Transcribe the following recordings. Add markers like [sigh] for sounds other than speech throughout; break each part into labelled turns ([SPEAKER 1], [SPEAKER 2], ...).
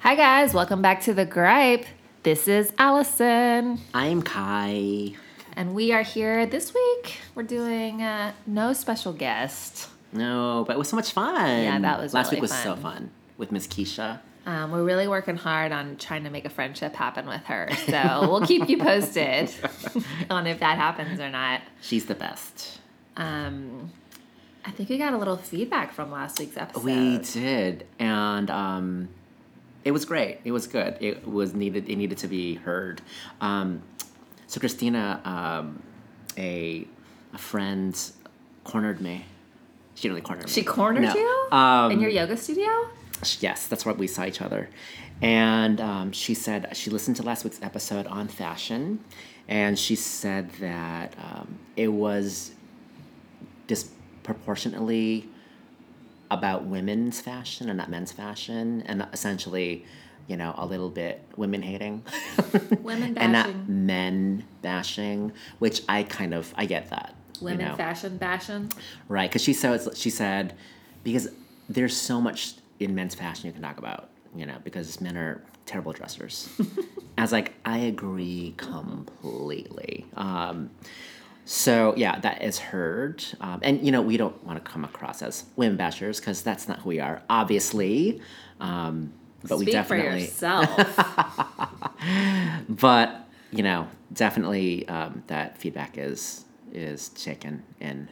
[SPEAKER 1] Hi, guys. Welcome back to The Gripe. This is Allison,
[SPEAKER 2] I'm Kai.
[SPEAKER 1] and we are here this week. We're doing uh, no special guest.
[SPEAKER 2] No, but it was so much fun.
[SPEAKER 1] Yeah, that was
[SPEAKER 2] last
[SPEAKER 1] really
[SPEAKER 2] week was so
[SPEAKER 1] fun.
[SPEAKER 2] fun with Miss Keisha.
[SPEAKER 1] Um, we're really working hard on trying to make a friendship happen with her.
[SPEAKER 2] [laughs]
[SPEAKER 1] So we'll keep you posted [laughs] on if that happens or not.
[SPEAKER 2] She's the best.
[SPEAKER 1] Um, I think we got a little feedback from last week's episode.
[SPEAKER 2] We did, and um, it was great. It was good. It was needed. It needed to be heard. Um, so Christina, um, a a friend, cornered me. She didn't really corner me.
[SPEAKER 1] She cornered
[SPEAKER 2] No.
[SPEAKER 1] you
[SPEAKER 2] Um,
[SPEAKER 1] in your yoga studio.
[SPEAKER 2] Yes, that's where we saw each other. And um, she said she listened to last week's episode on fashion, and she said that um, it was disproportionately about women's fashion and not men's fashion, and essentially, you know, a little bit women hating. [laughs]
[SPEAKER 1] Women
[SPEAKER 2] and not
[SPEAKER 1] bashing.
[SPEAKER 2] men bashing, which I kind of I get that. you
[SPEAKER 1] Women
[SPEAKER 2] know.
[SPEAKER 1] fashion bashing.
[SPEAKER 2] Right, because she says she said because there's so much in men's fashion you can talk about, you know, because men are
[SPEAKER 1] [laughs]
[SPEAKER 2] terrible dressers. I was like, I agree completely. Um, so yeah, that is heard, um, and you know, we don't want to come across as women bashers because that's not who we are, obviously. Um, but we
[SPEAKER 1] Speak for
[SPEAKER 2] definitely,
[SPEAKER 1] yourself.
[SPEAKER 2] but you know, definitely um, that feedback is is taken in.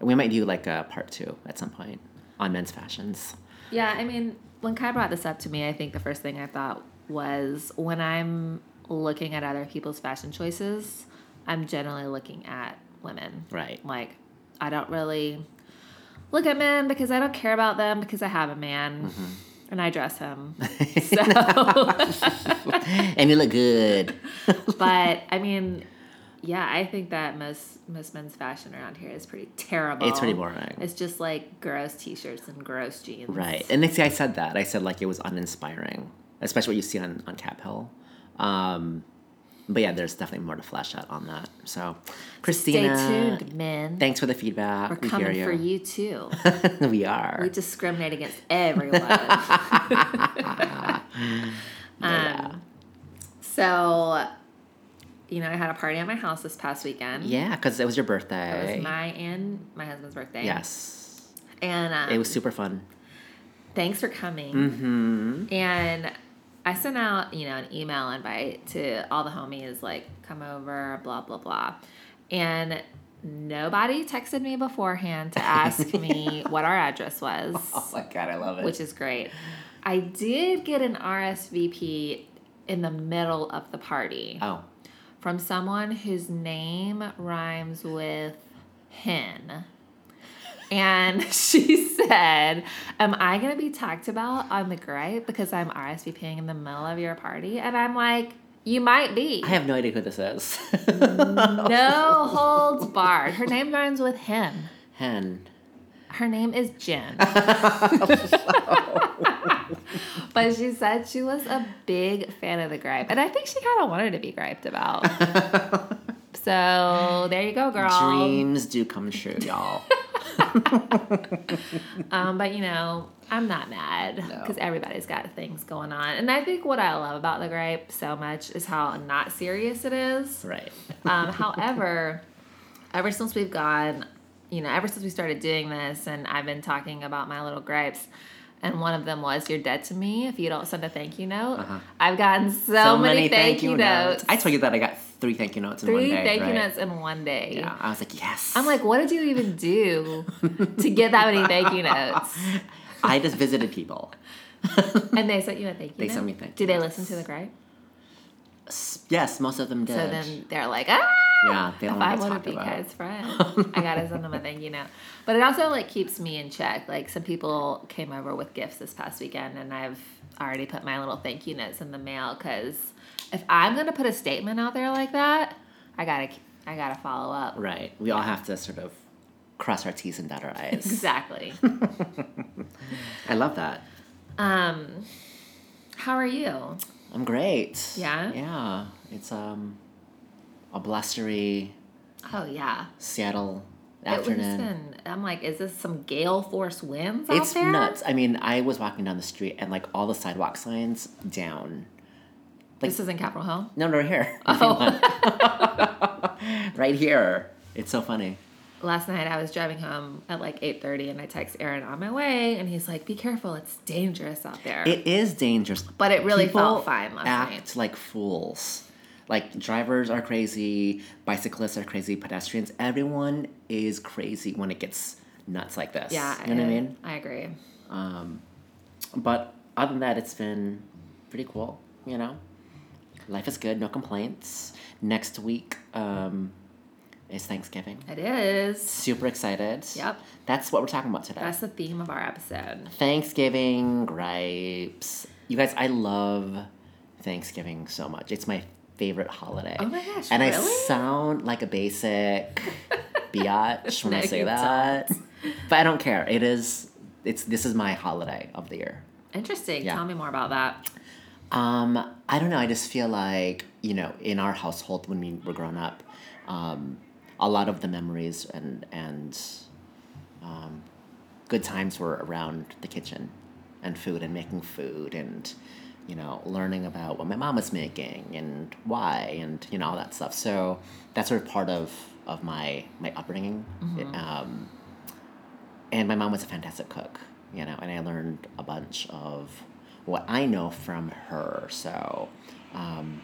[SPEAKER 2] We might do like a part two at some point on men's fashions.
[SPEAKER 1] Yeah, I mean, when Kai brought this up to me, I think the first thing I thought was when I'm looking at other people's fashion choices, I'm generally looking at women.
[SPEAKER 2] Right.
[SPEAKER 1] Like, I don't really look at men because I don't care about them because I have a man
[SPEAKER 2] Mm-hmm.
[SPEAKER 1] and I dress
[SPEAKER 2] [laughs]
[SPEAKER 1] him. So,
[SPEAKER 2] and you look good.
[SPEAKER 1] but I mean, yeah, I think that most most men's fashion around here is pretty terrible.
[SPEAKER 2] It's pretty boring.
[SPEAKER 1] It's just like gross t-shirts and gross jeans.
[SPEAKER 2] Right. And next thing I said that. I said like it was uninspiring, especially what you see on, on Cap Hill. Um, but yeah, there's definitely more to flesh out on that. So,
[SPEAKER 1] Stay
[SPEAKER 2] Christina,
[SPEAKER 1] tuned, men.
[SPEAKER 2] thanks for the feedback.
[SPEAKER 1] We're coming
[SPEAKER 2] hear
[SPEAKER 1] for you
[SPEAKER 2] [laughs]
[SPEAKER 1] too.
[SPEAKER 2] we are.
[SPEAKER 1] We discriminate against
[SPEAKER 2] [laughs]
[SPEAKER 1] everyone. [laughs] um, so, you know, I had a party at my house this past weekend.
[SPEAKER 2] yeah, because it was your birthday.
[SPEAKER 1] It was my and my husband's birthday.
[SPEAKER 2] yes.
[SPEAKER 1] And um,
[SPEAKER 2] It was super fun.
[SPEAKER 1] thanks for coming.
[SPEAKER 2] Mm-hmm.
[SPEAKER 1] And I sent out, you know, an email invite to all the homies, like, come over, blah, blah, blah. And nobody texted me beforehand to
[SPEAKER 2] [laughs]
[SPEAKER 1] ask me what our address was.
[SPEAKER 2] my god, I love it.
[SPEAKER 1] which is great. I did get an RSVP in the middle of the party
[SPEAKER 2] oh,
[SPEAKER 1] from someone whose name rhymes with hen. And [laughs] she said, Am I going to be talked about on the gripe because I'm RSVPing in the middle of your party? And I'm like, You might be.
[SPEAKER 2] I have no idea who
[SPEAKER 1] [laughs]
[SPEAKER 2] this is.
[SPEAKER 1] no holds barred. Her name rhymes with hen.
[SPEAKER 2] Hen.
[SPEAKER 1] Her name is Jen. but she said she was a big fan of the gripe. And I think she kind of wanted to be griped about. so there you go, girl.
[SPEAKER 2] Dreams do come true,
[SPEAKER 1] [laughs]
[SPEAKER 2] y'all.
[SPEAKER 1] Um, but you know, I'm not mad because everybody's got things going on. And I think what I love about the gripe so much is how not serious it is.
[SPEAKER 2] right.
[SPEAKER 1] Um, however, ever since we've gone, you know, ever since we started doing this, and I've been talking about my little gripes, and one of them was "You're dead to me if you don't send a thank you note."
[SPEAKER 2] Uh-huh.
[SPEAKER 1] I've gotten so, many, thank, you notes.
[SPEAKER 2] I told you that I got three thank you notes in one
[SPEAKER 1] Three
[SPEAKER 2] day.
[SPEAKER 1] thank you
[SPEAKER 2] right?
[SPEAKER 1] notes in one day.
[SPEAKER 2] Yeah, I was like, yes.
[SPEAKER 1] I'm like, [laughs] what did you even do to get that many thank
[SPEAKER 2] [laughs]
[SPEAKER 1] you notes?
[SPEAKER 2] I just visited people.
[SPEAKER 1] And they sent you a thank you.
[SPEAKER 2] They
[SPEAKER 1] note?
[SPEAKER 2] sent me thank
[SPEAKER 1] Do
[SPEAKER 2] you
[SPEAKER 1] they
[SPEAKER 2] notes.
[SPEAKER 1] listen to the gripe?
[SPEAKER 2] S- Yes, most of them did.
[SPEAKER 1] So then they're like, ah.
[SPEAKER 2] yeah, they don't
[SPEAKER 1] if
[SPEAKER 2] want
[SPEAKER 1] I
[SPEAKER 2] to get
[SPEAKER 1] want
[SPEAKER 2] talked
[SPEAKER 1] to be
[SPEAKER 2] about.
[SPEAKER 1] Kai's [laughs] friend, I gotta send them a thank you note. But it also like keeps me in check. Like some people came over with gifts this past weekend, and I've already put my little thank you notes in the mail because if I'm gonna put a statement out there like that, I gotta I gotta follow up. [laughs]
[SPEAKER 2] Right. We all have to sort of cross our T's and dot
[SPEAKER 1] [laughs]
[SPEAKER 2] our I's.
[SPEAKER 1] Exactly.
[SPEAKER 2] I love that.
[SPEAKER 1] um, how are you?
[SPEAKER 2] I'm great.
[SPEAKER 1] Yeah?
[SPEAKER 2] Yeah. It's um a blustery
[SPEAKER 1] Oh yeah,
[SPEAKER 2] Seattle
[SPEAKER 1] It was
[SPEAKER 2] afternoon.
[SPEAKER 1] been, I'm like, is this some gale force winds out
[SPEAKER 2] It's
[SPEAKER 1] there?
[SPEAKER 2] nuts. I mean, I was walking down the street and like all the sidewalk signs down.
[SPEAKER 1] This is in Capitol Hill. Oh.
[SPEAKER 2] No,
[SPEAKER 1] [laughs]
[SPEAKER 2] no, here. right here. It's so funny.
[SPEAKER 1] Last night I was driving home at like 8:30 and I text Aaron on my way and he's like, "Be careful, it's dangerous out there."
[SPEAKER 2] It is dangerous.
[SPEAKER 1] but it really
[SPEAKER 2] People
[SPEAKER 1] felt fine last
[SPEAKER 2] act
[SPEAKER 1] night.
[SPEAKER 2] like fools. Like drivers are crazy, bicyclists are crazy, pedestrians. Everyone is crazy when it gets nuts like this.
[SPEAKER 1] Yeah,
[SPEAKER 2] you know what I mean.
[SPEAKER 1] I agree.
[SPEAKER 2] But other than that, it's been pretty cool. You know, life is good. No complaints. Next week um, is Thanksgiving.
[SPEAKER 1] It is.
[SPEAKER 2] Super excited.
[SPEAKER 1] Yep.
[SPEAKER 2] That's what we're talking about today.
[SPEAKER 1] That's the theme of our episode.
[SPEAKER 2] Thanksgiving gripes. You guys, I love Thanksgiving so much. It's my favorite holiday.
[SPEAKER 1] Oh my gosh,
[SPEAKER 2] And I
[SPEAKER 1] really?
[SPEAKER 2] sound like a basic
[SPEAKER 1] [laughs]
[SPEAKER 2] biatch when
[SPEAKER 1] No,
[SPEAKER 2] I say
[SPEAKER 1] you
[SPEAKER 2] that. But I don't care. It is it's this is my holiday of the year.
[SPEAKER 1] Interesting.
[SPEAKER 2] Yeah.
[SPEAKER 1] Tell me more about that.
[SPEAKER 2] Um, I don't know. I just feel like you know, in our household when we were grown up, um, a lot of the memories and and um, good times were around the kitchen, and food and making food and you know learning about what my mom was making and why and you know all that stuff. So that's sort of part of of my my upbringing. Um, and my mom was a fantastic cook, you know, and I learned a bunch of what I know from her. So, um,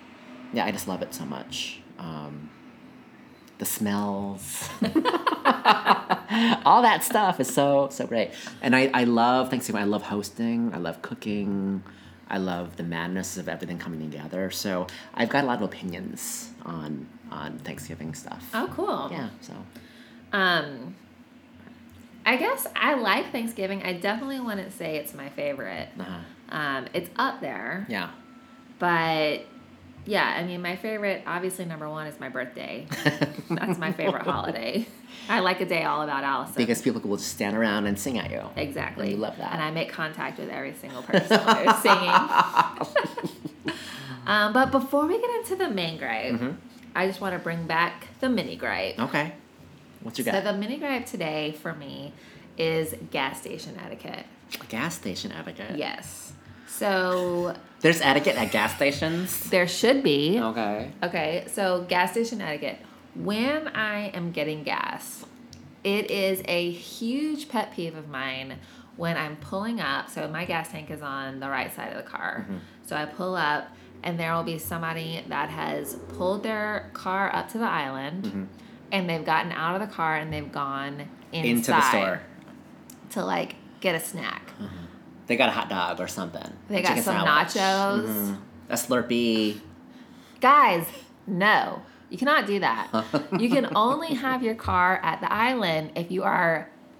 [SPEAKER 2] yeah, I just love it so much. Um, the smells, [laughs] all that stuff is so so great. And I I love Thanksgiving. I love hosting. I love cooking. I love the madness of everything coming together. So I've got a lot of opinions on on Thanksgiving stuff.
[SPEAKER 1] Oh, cool.
[SPEAKER 2] Yeah. So.
[SPEAKER 1] Um, I guess I like Thanksgiving. I definitely wouldn't say it's my favorite.
[SPEAKER 2] Uh,
[SPEAKER 1] Um, it's up there,
[SPEAKER 2] yeah.
[SPEAKER 1] but yeah, I mean, my favorite, obviously, number one is my birthday.
[SPEAKER 2] [laughs]
[SPEAKER 1] That's my favorite holiday. I like a day all about Allison.
[SPEAKER 2] Because people will just stand around and sing at you.
[SPEAKER 1] Exactly.
[SPEAKER 2] You love that.
[SPEAKER 1] And I make contact with every single person they're
[SPEAKER 2] [laughs]
[SPEAKER 1] singing. [laughs] um, but before we get into the main gripe,
[SPEAKER 2] Mm-hmm.
[SPEAKER 1] I just want to bring back the mini gripe.
[SPEAKER 2] Okay. What's your
[SPEAKER 1] So
[SPEAKER 2] gas?
[SPEAKER 1] the mini gripe today for me is gas station etiquette.
[SPEAKER 2] gas station etiquette?
[SPEAKER 1] Yes. So
[SPEAKER 2] There's etiquette at gas stations.
[SPEAKER 1] there should
[SPEAKER 2] Oh,
[SPEAKER 1] be.
[SPEAKER 2] Okay.
[SPEAKER 1] [laughs] Okay, so gas station etiquette. When I am getting gas, it is a huge pet peeve of mine when I'm pulling up. So my gas tank is on the right side of the car.
[SPEAKER 2] Mm-hmm.
[SPEAKER 1] So I pull up, and there will be somebody that has pulled their car up to the island,
[SPEAKER 2] Mm-hmm.
[SPEAKER 1] and they've gotten out of the car and they've gone inside
[SPEAKER 2] Into the store.
[SPEAKER 1] to like get a snack.
[SPEAKER 2] They got a hot dog or something.
[SPEAKER 1] They
[SPEAKER 2] A
[SPEAKER 1] got
[SPEAKER 2] chicken
[SPEAKER 1] some
[SPEAKER 2] sandwich.
[SPEAKER 1] nachos.
[SPEAKER 2] Mm-hmm. A Slurpee.
[SPEAKER 1] guys, no, you cannot do that. you can only have your car at the island if you are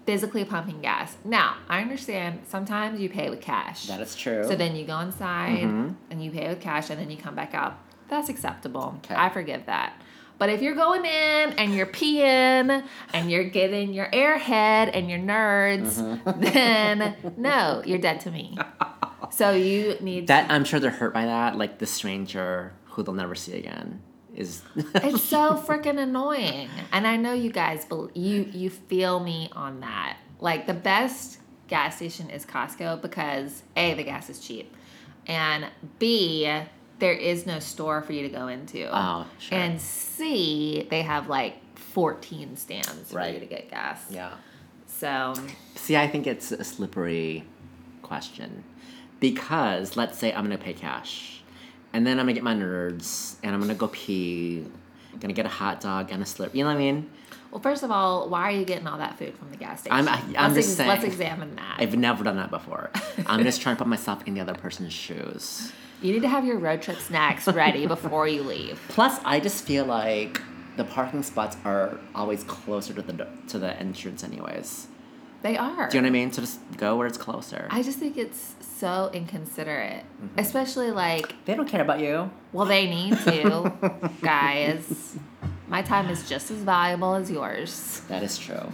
[SPEAKER 1] physically pumping gas. Now, I understand sometimes you pay with cash.
[SPEAKER 2] That is true. Mm-hmm.
[SPEAKER 1] so then you go inside and you pay with cash and then you come back out. That's acceptable.
[SPEAKER 2] Okay.
[SPEAKER 1] I forgive that. But if you're going in and you're peeing and you're getting your airhead and your nerds,
[SPEAKER 2] Mm-hmm.
[SPEAKER 1] then no, you're dead to
[SPEAKER 2] [laughs]
[SPEAKER 1] me. So you need
[SPEAKER 2] that I'm sure they're hurt by that. Like the stranger who they'll never see again is.
[SPEAKER 1] It's so freaking annoying. And I know you guys, bel- you you feel me on that. Like the best gas station is Costco because a the gas is cheap, and b there is no store for you to go into.
[SPEAKER 2] Oh, sure.
[SPEAKER 1] And c they have like fourteen stands for you
[SPEAKER 2] Right.
[SPEAKER 1] to get gas.
[SPEAKER 2] [laughs] yeah.
[SPEAKER 1] So
[SPEAKER 2] See, I think it's a slippery question because let's say I'm gonna pay cash, and then I'm gonna get my nerds, and I'm gonna go pee, gonna get a hot dog and a slurp. You know what I mean?
[SPEAKER 1] well, first of all, why are you getting all that food from the gas station?
[SPEAKER 2] I'm- I- I'm
[SPEAKER 1] let's
[SPEAKER 2] just saying.
[SPEAKER 1] Let's examine that.
[SPEAKER 2] I've never done that [laughs] before. I'm just trying to put myself in the other person's shoes.
[SPEAKER 1] you need to have your road trip snacks ready before you leave.
[SPEAKER 2] Plus, I just feel like the parking spots are always closer to the do- to the entrance, anyways.
[SPEAKER 1] They are.
[SPEAKER 2] Do you know what I mean? So just go where it's closer.
[SPEAKER 1] I just think it's so inconsiderate,
[SPEAKER 2] Mm-hmm.
[SPEAKER 1] especially like,
[SPEAKER 2] they don't care about you.
[SPEAKER 1] well, they need
[SPEAKER 2] [laughs]
[SPEAKER 1] to, guys. My time is just as valuable as yours.
[SPEAKER 2] That is true.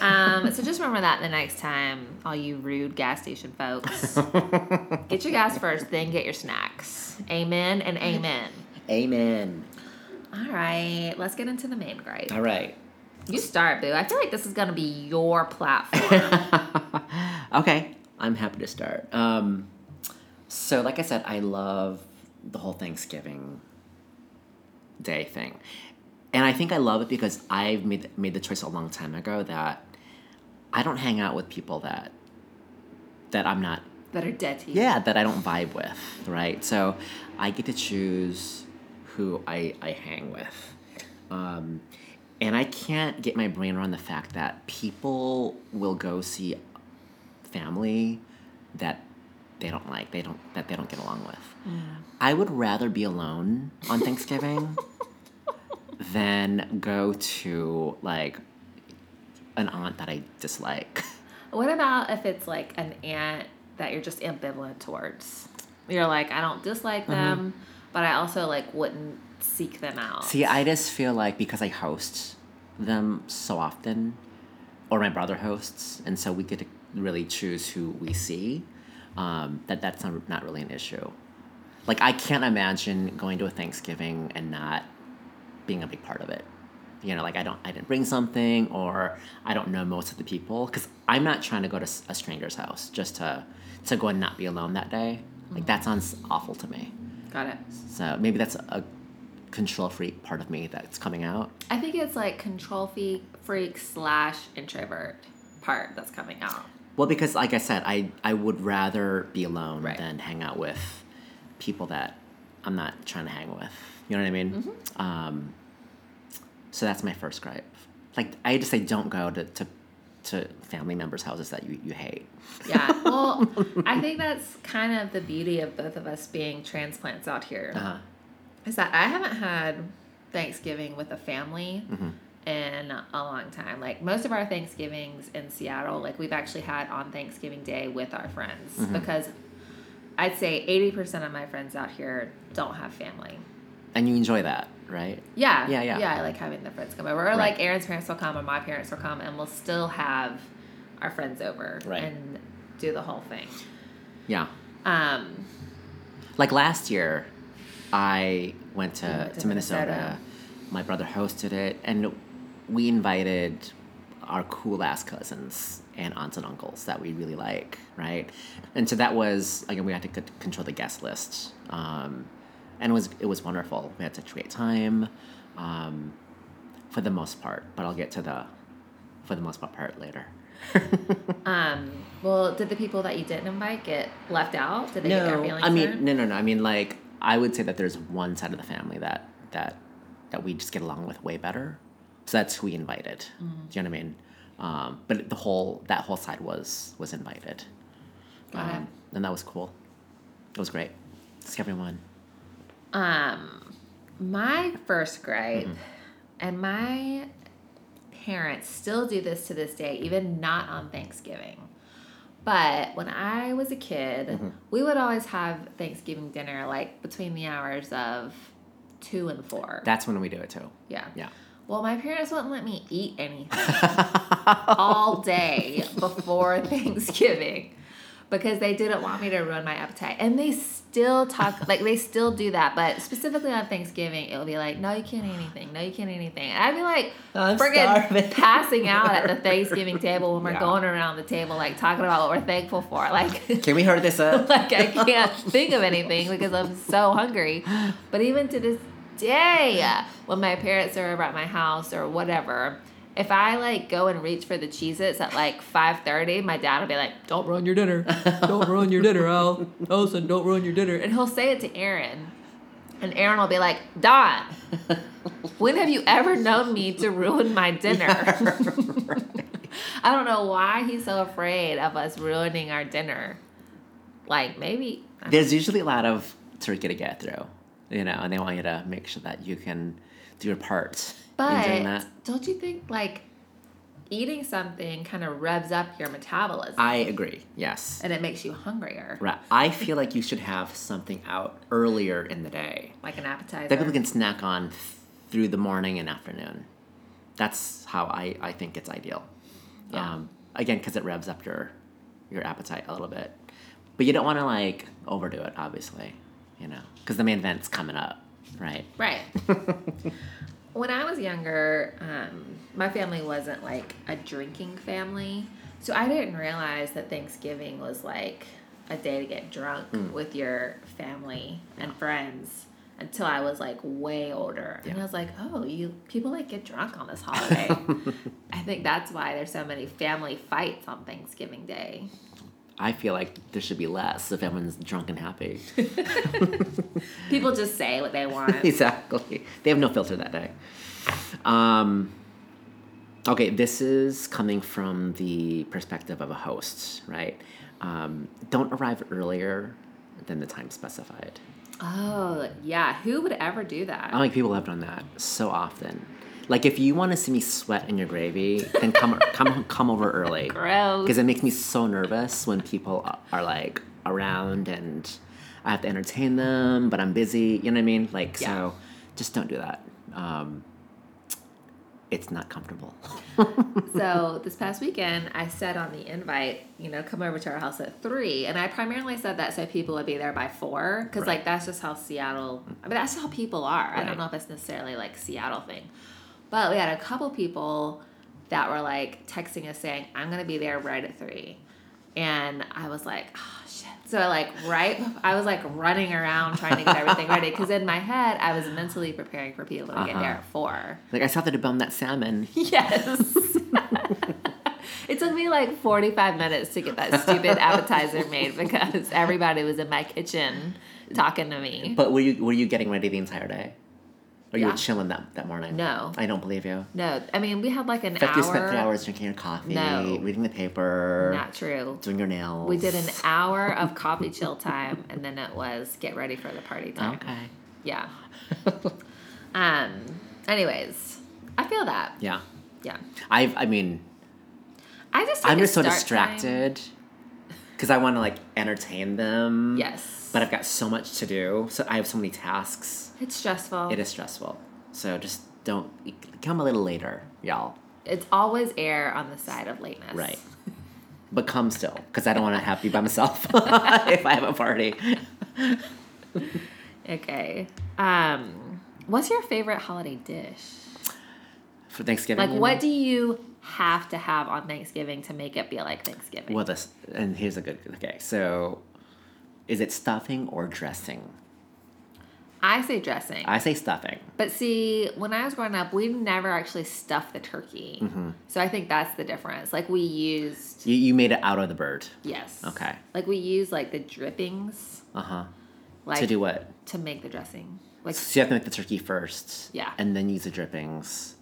[SPEAKER 1] Um, so just remember that the next time, all you rude gas station
[SPEAKER 2] [laughs]
[SPEAKER 1] folks, get your gas first, then get your snacks. Amen and amen.
[SPEAKER 2] Amen.
[SPEAKER 1] All right, let's get into the main gripe.
[SPEAKER 2] All right.
[SPEAKER 1] You start, Boo. I feel like this is gonna be your platform.
[SPEAKER 2] [laughs] okay, I'm happy to start. Um, so, like I said, I love the whole Thanksgiving Day thing, and I think I love it because I've made made the choice a long time ago that I don't hang out with people that that I'm not
[SPEAKER 1] that are dead to you.
[SPEAKER 2] yeah that I don't vibe with, right? So, I get to choose who I I hang with. Um, and I can't get my brain around the fact that people will go see family that they don't like, they don't that they don't get along with. I would rather be alone on Thanksgiving than go to like an aunt that I dislike.
[SPEAKER 1] What about if it's like an aunt that you're just ambivalent towards? You're like, I don't dislike
[SPEAKER 2] Mm-hmm.
[SPEAKER 1] them, but I also like wouldn't seek them out.
[SPEAKER 2] See, I just feel like because I host them so often, or my brother hosts, and so we get to really choose who we see. Um, that that's not, not really an issue. Like I can't imagine going to a Thanksgiving and not being a big part of it. You know, like I don't, I didn't bring something, or I don't know most of the people because I'm not trying to go to s- a stranger's house just to to go and not be alone that day. Like that sounds awful to me.
[SPEAKER 1] Got it.
[SPEAKER 2] So maybe that's a control freak part of me that's coming out.
[SPEAKER 1] I think it's like control freak, freak slash introvert part that's coming out.
[SPEAKER 2] Well, because like I said, I I would rather be alone
[SPEAKER 1] Right.
[SPEAKER 2] than hang out with people that I'm not trying to hang with. You know what I mean? Um, so that's my first gripe. Like I just say, don't go to to, to family members' houses that you, you hate. [laughs]
[SPEAKER 1] Yeah. Well, I think that's kind of the beauty of both of us being transplants out here.
[SPEAKER 2] Uh-huh.
[SPEAKER 1] is that I haven't had Thanksgiving with a family
[SPEAKER 2] Mm-hmm.
[SPEAKER 1] in a long time. Like most of our Thanksgivings in Seattle, like we've actually had on Thanksgiving Day with our friends
[SPEAKER 2] Mm-hmm.
[SPEAKER 1] because I'd say 80% of my friends out here don't have family.
[SPEAKER 2] And you enjoy that, right?
[SPEAKER 1] Yeah.
[SPEAKER 2] Yeah, yeah.
[SPEAKER 1] Yeah, I like having the friends come over. Or like Aaron's parents will come or my parents will come and we'll still have our friends over
[SPEAKER 2] Right.
[SPEAKER 1] and do the whole thing.
[SPEAKER 2] Yeah.
[SPEAKER 1] Um,
[SPEAKER 2] Like last year, I went to,
[SPEAKER 1] went
[SPEAKER 2] to,
[SPEAKER 1] to
[SPEAKER 2] Minnesota.
[SPEAKER 1] Minnesota.
[SPEAKER 2] My brother hosted it, and we invited our cool ass cousins and aunts and uncles that we really like, right? And so that was again, we had to c- control the guest list, um, and it was it was wonderful. We had such a great time, um, for the most part. But I'll get to the for the most part part later.
[SPEAKER 1] um, well, did the people that you didn't invite get left out? Did they get their feelings
[SPEAKER 2] I mean
[SPEAKER 1] hurt?
[SPEAKER 2] no, no, no. I mean like I would say that there's one side of the family that that that we just get along with way better. So that's who we invited.
[SPEAKER 1] Mm-hmm.
[SPEAKER 2] Do you know what I mean? Um, but the whole that whole side was was invited,
[SPEAKER 1] Got it.
[SPEAKER 2] um, and that was cool. It was great. See everyone.
[SPEAKER 1] Um, my first gripe, and my parents still do this to this day, even not on Thanksgiving. But when I was a kid, we would always have Thanksgiving dinner like between the hours of two and four.
[SPEAKER 2] That's when we do it too.
[SPEAKER 1] yeah.
[SPEAKER 2] Yeah.
[SPEAKER 1] Well, my parents wouldn't let me eat
[SPEAKER 2] [laughs]
[SPEAKER 1] anything all day before [laughs] Thanksgiving because they didn't want me to ruin my appetite. And they still
[SPEAKER 2] [laughs]
[SPEAKER 1] talk, like, they still do that. But specifically on Thanksgiving, it'll be like, no, you can't eat anything. No, you can't eat anything. And I'd be like,
[SPEAKER 2] I'm starving.
[SPEAKER 1] friggin' passing out
[SPEAKER 2] [laughs]
[SPEAKER 1] at the Thanksgiving table when we're
[SPEAKER 2] Yeah.
[SPEAKER 1] going around the table, like, talking about what we're thankful for. Like,
[SPEAKER 2] Can we hurry this
[SPEAKER 1] [laughs]
[SPEAKER 2] up?
[SPEAKER 1] like I can't think of anything because I'm so hungry. But even to this day, when my parents are over at my house or whatever, if I like go and reach for the Cheez Its at like five thirty, my dad will be like, Don't ruin your dinner. Don't ruin your dinner, Al. Allison, don't ruin your dinner. And he'll say it to Aaron. And Aaron will be like, Don, when have you ever known me to ruin my [laughs] dinner? I don't know why he's so afraid of us ruining our dinner. Like maybe
[SPEAKER 2] [laughs] There's usually a lot of turkey to get through, you know, and they want you to make sure that you can do your part in
[SPEAKER 1] But
[SPEAKER 2] doing that.
[SPEAKER 1] don't you think like eating something kind of revs up your metabolism
[SPEAKER 2] I agree. Yes.
[SPEAKER 1] and it makes you hungrier,
[SPEAKER 2] Right. I feel like you should have something out earlier in the day
[SPEAKER 1] like an appetizer?
[SPEAKER 2] that people can snack on through the morning and afternoon. That's how I, I think it's ideal.
[SPEAKER 1] Yeah.
[SPEAKER 2] Um, again, because it revs up your your appetite a little bit, but you don't want to like overdo it, obviously. You know, because the main event's coming up, right?
[SPEAKER 1] right. when I was younger, um, my family wasn't like a drinking family. So I didn't realize that Thanksgiving was like a day to get drunk with your family and friends until I was like way older. And I was like, oh, you people like get drunk on this holiday. I think that's why there's so many family fights on Thanksgiving Day.
[SPEAKER 2] I feel like there should be less if everyone's drunk and happy.
[SPEAKER 1] People just say what they want.
[SPEAKER 2] [laughs] exactly. They have no filter that day. Um, okay, this is coming from the perspective of a host, right? Um, don't arrive earlier than the time specified.
[SPEAKER 1] oh, yeah. Who would ever do that?
[SPEAKER 2] I think people have done that so often. Like if you want to see me sweat in your gravy, then come [laughs] come come over early.
[SPEAKER 1] Gross.
[SPEAKER 2] Because it makes me so nervous when people a- are like around and I have to entertain them, but I'm busy. You know what I mean? Like
[SPEAKER 1] Yeah.
[SPEAKER 2] so, just don't do that. Um, it's not comfortable. [laughs]
[SPEAKER 1] so this past weekend i said on the invite you know come over to our house at three and i primarily said that so people would be there by four because
[SPEAKER 2] Right.
[SPEAKER 1] like that's just how seattle i mean that's how people are i
[SPEAKER 2] Right.
[SPEAKER 1] don't know if it's necessarily like seattle thing but we had a couple people that were like texting us saying i'm gonna be there right at three and i was like oh shit so I like right i was like running around trying to get everything ready because in my head i was mentally preparing for people to get
[SPEAKER 2] Uh-huh.
[SPEAKER 1] there at four
[SPEAKER 2] Like I saw that it bummed that salmon.
[SPEAKER 1] Yes. [laughs] it took me like 45 minutes to get that stupid appetizer made because everybody was in my kitchen talking to me.
[SPEAKER 2] But were you were you getting ready the entire day? Or you
[SPEAKER 1] Yeah.
[SPEAKER 2] were chilling that that morning?
[SPEAKER 1] No.
[SPEAKER 2] I don't believe you.
[SPEAKER 1] No, I mean, we had like an
[SPEAKER 2] Like
[SPEAKER 1] hour.
[SPEAKER 2] you spent three hours drinking your coffee,
[SPEAKER 1] No.
[SPEAKER 2] reading the paper,
[SPEAKER 1] Not true.
[SPEAKER 2] doing your nails.
[SPEAKER 1] We did an hour of coffee chill time and then it was get ready for the party time.
[SPEAKER 2] Okay.
[SPEAKER 1] Yeah. Um, anyways, I feel that.
[SPEAKER 2] Yeah.
[SPEAKER 1] Yeah.
[SPEAKER 2] I've, I mean,
[SPEAKER 1] I just
[SPEAKER 2] I'm
[SPEAKER 1] take a
[SPEAKER 2] just so
[SPEAKER 1] start
[SPEAKER 2] distracted because I want to like entertain them.
[SPEAKER 1] time. Yes.
[SPEAKER 2] But I've got so much to do. So I have so many tasks.
[SPEAKER 1] it's stressful.
[SPEAKER 2] It is stressful. So just don't e, come a little later, y'all.
[SPEAKER 1] It's always air on the side of lateness.
[SPEAKER 2] Right. But come still because I don't want to have be by
[SPEAKER 1] [laughs]
[SPEAKER 2] myself if I have a party.
[SPEAKER 1] Okay. Um, what's your favorite holiday dish?
[SPEAKER 2] For Thanksgiving.
[SPEAKER 1] Like,
[SPEAKER 2] you
[SPEAKER 1] what
[SPEAKER 2] mean?
[SPEAKER 1] do you have to have on Thanksgiving to make it feel like Thanksgiving?
[SPEAKER 2] Well, this and here's a good. Okay, so is it stuffing or dressing?
[SPEAKER 1] I say dressing.
[SPEAKER 2] I say stuffing.
[SPEAKER 1] but see, when I was growing up, we never actually stuffed the turkey.
[SPEAKER 2] Mm-hmm.
[SPEAKER 1] So I think that's the difference. Like, we used,
[SPEAKER 2] You you made it out of the bird.
[SPEAKER 1] yes.
[SPEAKER 2] Okay.
[SPEAKER 1] Like, we used, like, the drippings.
[SPEAKER 2] Uh huh.
[SPEAKER 1] Like,
[SPEAKER 2] to do what?
[SPEAKER 1] To make the dressing. Like,
[SPEAKER 2] So you have to make the turkey first.
[SPEAKER 1] Yeah.
[SPEAKER 2] And then use the drippings.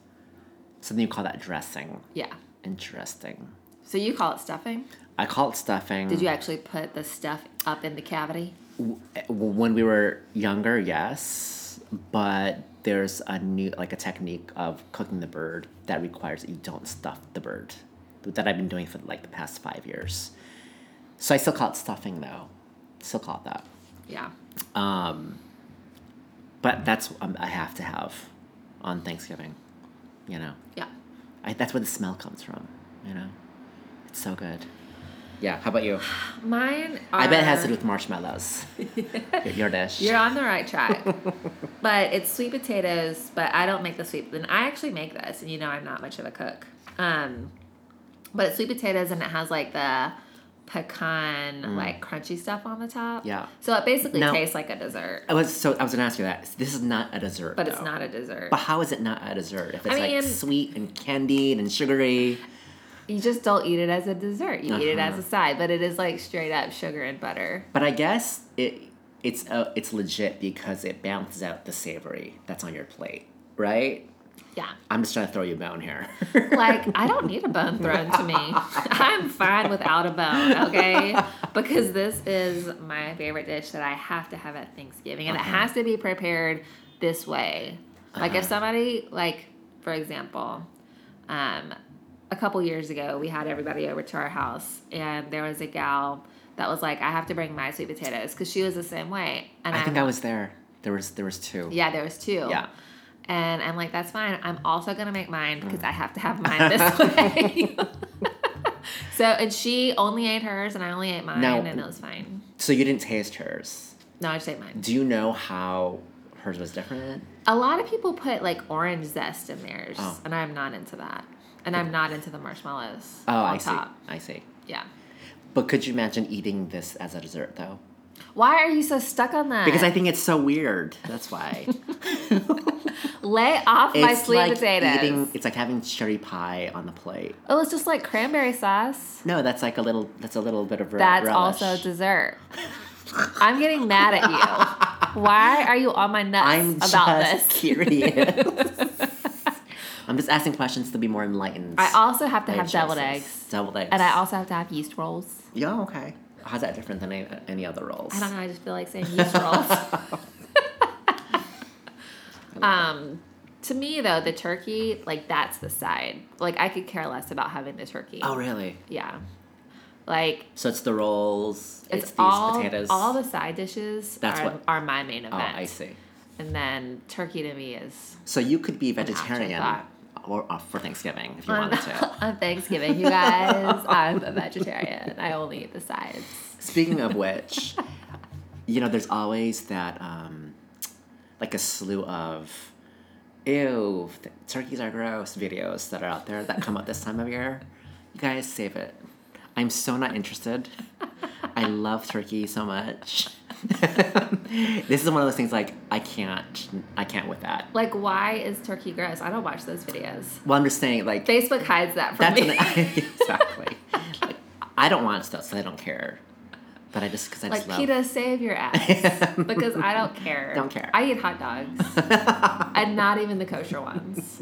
[SPEAKER 2] So then you call that dressing.
[SPEAKER 1] yeah.
[SPEAKER 2] Interesting.
[SPEAKER 1] So you call it stuffing?
[SPEAKER 2] I call it stuffing.
[SPEAKER 1] Did you actually put the stuff up in the cavity?
[SPEAKER 2] W- When we were younger, yes. But there's a new, like a technique of cooking the bird that requires that you don't stuff the bird that I've been doing for like the past five years. So I still call it stuffing though. Still call it that.
[SPEAKER 1] Yeah.
[SPEAKER 2] Um, But that's um, I have to have on Thanksgiving, you know.
[SPEAKER 1] Yeah.
[SPEAKER 2] I, that's where the smell comes from, you know? It's so good. Yeah, how about you?
[SPEAKER 1] Mine are.
[SPEAKER 2] I bet it has
[SPEAKER 1] Uh,
[SPEAKER 2] to do
[SPEAKER 1] [laughs]
[SPEAKER 2] with marshmallows. your, your dish.
[SPEAKER 1] You're on the right track.
[SPEAKER 2] [laughs]
[SPEAKER 1] but it's sweet potatoes, but I don't make the sweet. Then I actually make this, and you know I'm not much of a cook. Um, but it's sweet potatoes, and it has like the pecan, like crunchy stuff on the top.
[SPEAKER 2] Mm. Yeah.
[SPEAKER 1] So it basically
[SPEAKER 2] Now-
[SPEAKER 1] tastes like a dessert,
[SPEAKER 2] I was so I was gonna ask you that. This is not a dessert.
[SPEAKER 1] but it's
[SPEAKER 2] though.
[SPEAKER 1] not a dessert.
[SPEAKER 2] But how is it not a dessert if it's
[SPEAKER 1] I mean-
[SPEAKER 2] like sweet and candied and sugary?
[SPEAKER 1] You just don't eat it as a dessert. You eat it as
[SPEAKER 2] Uh-huh.
[SPEAKER 1] a side, but it is like straight up sugar and butter.
[SPEAKER 2] But I guess it it's uh, it's legit because it balances out the savory that's on your plate, right?
[SPEAKER 1] Yeah.
[SPEAKER 2] I'm just trying to throw you a
[SPEAKER 1] [laughs]
[SPEAKER 2] bone here.
[SPEAKER 1] Like, I don't need a bone thrown to me. [laughs] I'm fine without a bone, okay? Because this is my favorite dish that I have to have at Thanksgiving. And
[SPEAKER 2] Uh-huh.
[SPEAKER 1] it has to be prepared this way. Like, if somebody, like, for example, um, a couple years ago, we had everybody over to our house, and there was a gal that was like, I have to bring my sweet potatoes because she was the same way. And
[SPEAKER 2] I think I was there. There was there was two.
[SPEAKER 1] um, yeah, there was two.
[SPEAKER 2] Yeah.
[SPEAKER 1] And I'm like, that's fine. I'm also gonna make mine because I have to have mine
[SPEAKER 2] [laughs]
[SPEAKER 1] this way. [laughs] so and she only ate hers and I only ate mine
[SPEAKER 2] Now-
[SPEAKER 1] and it was fine.
[SPEAKER 2] So you didn't taste hers.
[SPEAKER 1] No, I just ate mine.
[SPEAKER 2] Do you know how hers was different.
[SPEAKER 1] A lot of people put like orange zest in theirs,
[SPEAKER 2] Oh.
[SPEAKER 1] and I'm not into that. And I'm not into the marshmallows.
[SPEAKER 2] Oh,
[SPEAKER 1] on
[SPEAKER 2] I see.
[SPEAKER 1] top.
[SPEAKER 2] I see.
[SPEAKER 1] Yeah.
[SPEAKER 2] But could you imagine eating this as a dessert though?
[SPEAKER 1] Why are you so stuck on that?
[SPEAKER 2] Because I think it's so weird. That's why.
[SPEAKER 1] lay off [laughs] my
[SPEAKER 2] It's
[SPEAKER 1] sweet
[SPEAKER 2] like
[SPEAKER 1] potatoes.
[SPEAKER 2] eating- it's like having cherry pie on the plate.
[SPEAKER 1] Oh, it's just like cranberry sauce.
[SPEAKER 2] No, that's like a little. That's a little bit of re-
[SPEAKER 1] That's
[SPEAKER 2] relish.
[SPEAKER 1] also dessert. I'm getting mad at you. Why are you on my nuts
[SPEAKER 2] I'm
[SPEAKER 1] about
[SPEAKER 2] just
[SPEAKER 1] this?
[SPEAKER 2] [laughs] curious.
[SPEAKER 1] [laughs]
[SPEAKER 2] I'm just asking questions to be more enlightened.
[SPEAKER 1] I also have to
[SPEAKER 2] by
[SPEAKER 1] have deviled
[SPEAKER 2] choices.
[SPEAKER 1] eggs,
[SPEAKER 2] Deviled eggs.
[SPEAKER 1] and I also have to have yeast rolls.
[SPEAKER 2] Yeah. Okay. How's that different than any, any other rolls?
[SPEAKER 1] I don't know. I just feel like saying yeast
[SPEAKER 2] [laughs]
[SPEAKER 1] rolls. [laughs] um, to me though, the turkey like that's the side. Like I could care less about having the turkey.
[SPEAKER 2] Oh really?
[SPEAKER 1] Yeah, like
[SPEAKER 2] So it's the rolls.
[SPEAKER 1] it's,
[SPEAKER 2] It's, these
[SPEAKER 1] all
[SPEAKER 2] potatoes.
[SPEAKER 1] all the side dishes
[SPEAKER 2] That's
[SPEAKER 1] are,
[SPEAKER 2] what-
[SPEAKER 1] are my main
[SPEAKER 2] oh,
[SPEAKER 1] event.
[SPEAKER 2] I see.
[SPEAKER 1] And then turkey to me is
[SPEAKER 2] So you could be vegetarian
[SPEAKER 1] thought.
[SPEAKER 2] or, or for Thanksgiving if you
[SPEAKER 1] on, [laughs]
[SPEAKER 2] wanted to.
[SPEAKER 1] on Thanksgiving. You guys, I'm a vegetarian. I only eat the sides.
[SPEAKER 2] Speaking of which, you know, there's always that, um, like a slew of, ew, th- turkeys are gross videos that are out there that come out this time of year. You guys save it. I'm so not interested. I love turkey so much. [laughs] this is one of those things like I can't, I can't with that.
[SPEAKER 1] Like, why is turkey gross? I don't watch those videos.
[SPEAKER 2] Well, I'm just saying like
[SPEAKER 1] Facebook hides that from
[SPEAKER 2] that's
[SPEAKER 1] me. [laughs]
[SPEAKER 2] what I, [laughs] exactly. Like, I don't want stuff, so I don't care. But I just because I
[SPEAKER 1] Like
[SPEAKER 2] just love.
[SPEAKER 1] PETA, save your
[SPEAKER 2] [laughs]
[SPEAKER 1] ass because I don't care.
[SPEAKER 2] Don't care.
[SPEAKER 1] I eat hot
[SPEAKER 2] [laughs]
[SPEAKER 1] dogs and not even the kosher ones.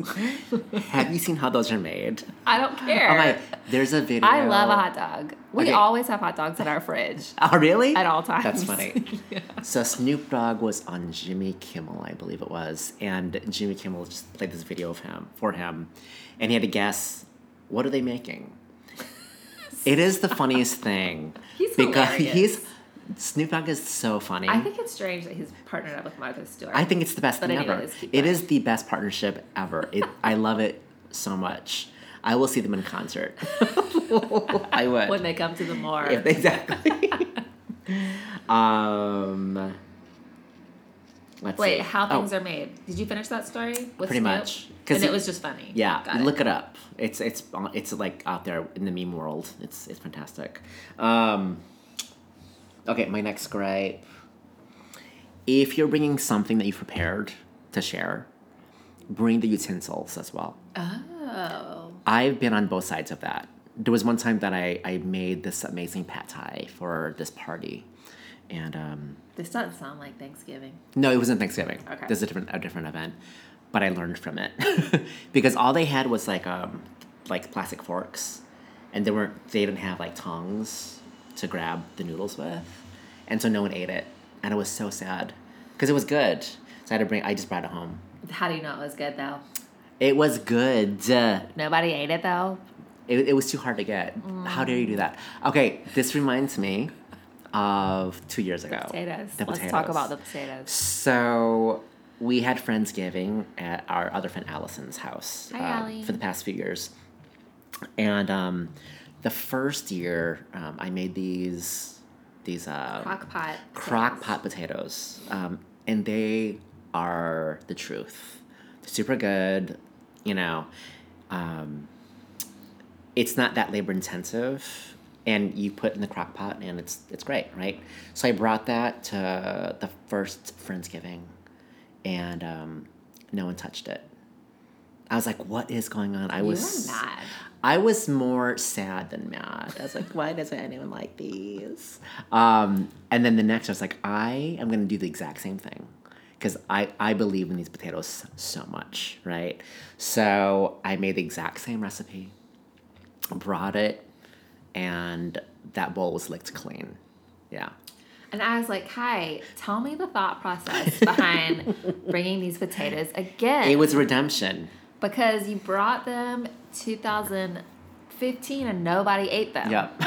[SPEAKER 2] Have you seen how those are made?
[SPEAKER 1] I
[SPEAKER 2] [laughs]
[SPEAKER 1] don't care.
[SPEAKER 2] Oh my! There's a video.
[SPEAKER 1] I love a hot dog. We
[SPEAKER 2] Okay.
[SPEAKER 1] always have hot dogs in our
[SPEAKER 2] [laughs]
[SPEAKER 1] fridge
[SPEAKER 2] Oh really?
[SPEAKER 1] at all times. [laughs]
[SPEAKER 2] That's funny. So Snoop Dogg was on Jimmy Kimmel, I believe it was, and Jimmy Kimmel just played this video of him for him, and he had to guess what are
[SPEAKER 1] [laughs]
[SPEAKER 2] they making. it is the funniest thing
[SPEAKER 1] He's
[SPEAKER 2] because
[SPEAKER 1] hilarious.
[SPEAKER 2] he's Snoop Dogg is so funny.
[SPEAKER 1] I think it's strange that he's partnered up with Martha Stewart.
[SPEAKER 2] I think it's the best
[SPEAKER 1] But
[SPEAKER 2] thing
[SPEAKER 1] anyways,
[SPEAKER 2] ever.
[SPEAKER 1] keep
[SPEAKER 2] It is the best partnership ever. It, I love it so much. I will see them in concert. [laughs] I would.
[SPEAKER 1] when they come to the more.
[SPEAKER 2] If- exactly. [laughs] um, let's
[SPEAKER 1] Wait,
[SPEAKER 2] see.
[SPEAKER 1] how
[SPEAKER 2] Oh,
[SPEAKER 1] things are made? Did you finish that story? With
[SPEAKER 2] Pretty
[SPEAKER 1] Snoop?
[SPEAKER 2] much. 'Cause
[SPEAKER 1] and it,
[SPEAKER 2] it-
[SPEAKER 1] was just funny.
[SPEAKER 2] Yeah,
[SPEAKER 1] Got it.
[SPEAKER 2] look it up. It's it's on- it's like out there in the meme world. It's it's fantastic. Um, okay, my next gripe. If you're bringing something that you prepared to share, bring the utensils as well.
[SPEAKER 1] Oh,
[SPEAKER 2] I've been on both sides of that. There was one time that I, I made this amazing pad thai for this party, and um,
[SPEAKER 1] this doesn't sound like Thanksgiving.
[SPEAKER 2] no, it wasn't Thanksgiving.
[SPEAKER 1] Okay.
[SPEAKER 2] This is a different a different event, but I learned from it [laughs] because all they had was like um like plastic forks, and they weren't they didn't have like tongs to grab the noodles with, and so no one ate it, and it was so sad because it was good. So I had to bring. I just brought it home.
[SPEAKER 1] How do you know it was good though?
[SPEAKER 2] It was good. Duh.
[SPEAKER 1] Nobody ate it though.
[SPEAKER 2] It, it was too hard to get. How dare you do that? Okay, this reminds me of two years ago.
[SPEAKER 1] Potatoes.
[SPEAKER 2] Oh, The
[SPEAKER 1] Let's talk
[SPEAKER 2] potatoes.
[SPEAKER 1] about the potatoes.
[SPEAKER 2] So we had Friendsgiving at our other friend Allison's house um,
[SPEAKER 1] Hi, Allie.
[SPEAKER 2] for the past few years. And um, the first year, um, I made these these uh,
[SPEAKER 1] Crock pot.
[SPEAKER 2] crock
[SPEAKER 1] potatoes.
[SPEAKER 2] pot potatoes. Um, and they are the truth. They're super good, you know. Um, it's not that labor intensive. And you put in the crock pot and it's it's great, right? So I brought that to the first Friendsgiving and um, no one touched it. I was like, what is going on? I
[SPEAKER 1] You
[SPEAKER 2] was
[SPEAKER 1] were mad.
[SPEAKER 2] I was more sad than mad. I was like, why doesn't anyone like these? Um, and then the next, I was like, I am going to do the exact same thing because I, I believe in these potatoes so much, right? So I made the exact same recipe, brought it, and that bowl was licked clean. Yeah.
[SPEAKER 1] And I was like, "Hi, tell me the thought
[SPEAKER 2] [laughs]
[SPEAKER 1] process behind bringing these potatoes again."
[SPEAKER 2] It was redemption.
[SPEAKER 1] because you brought them 2015 and nobody ate them.
[SPEAKER 2] [laughs] Yep.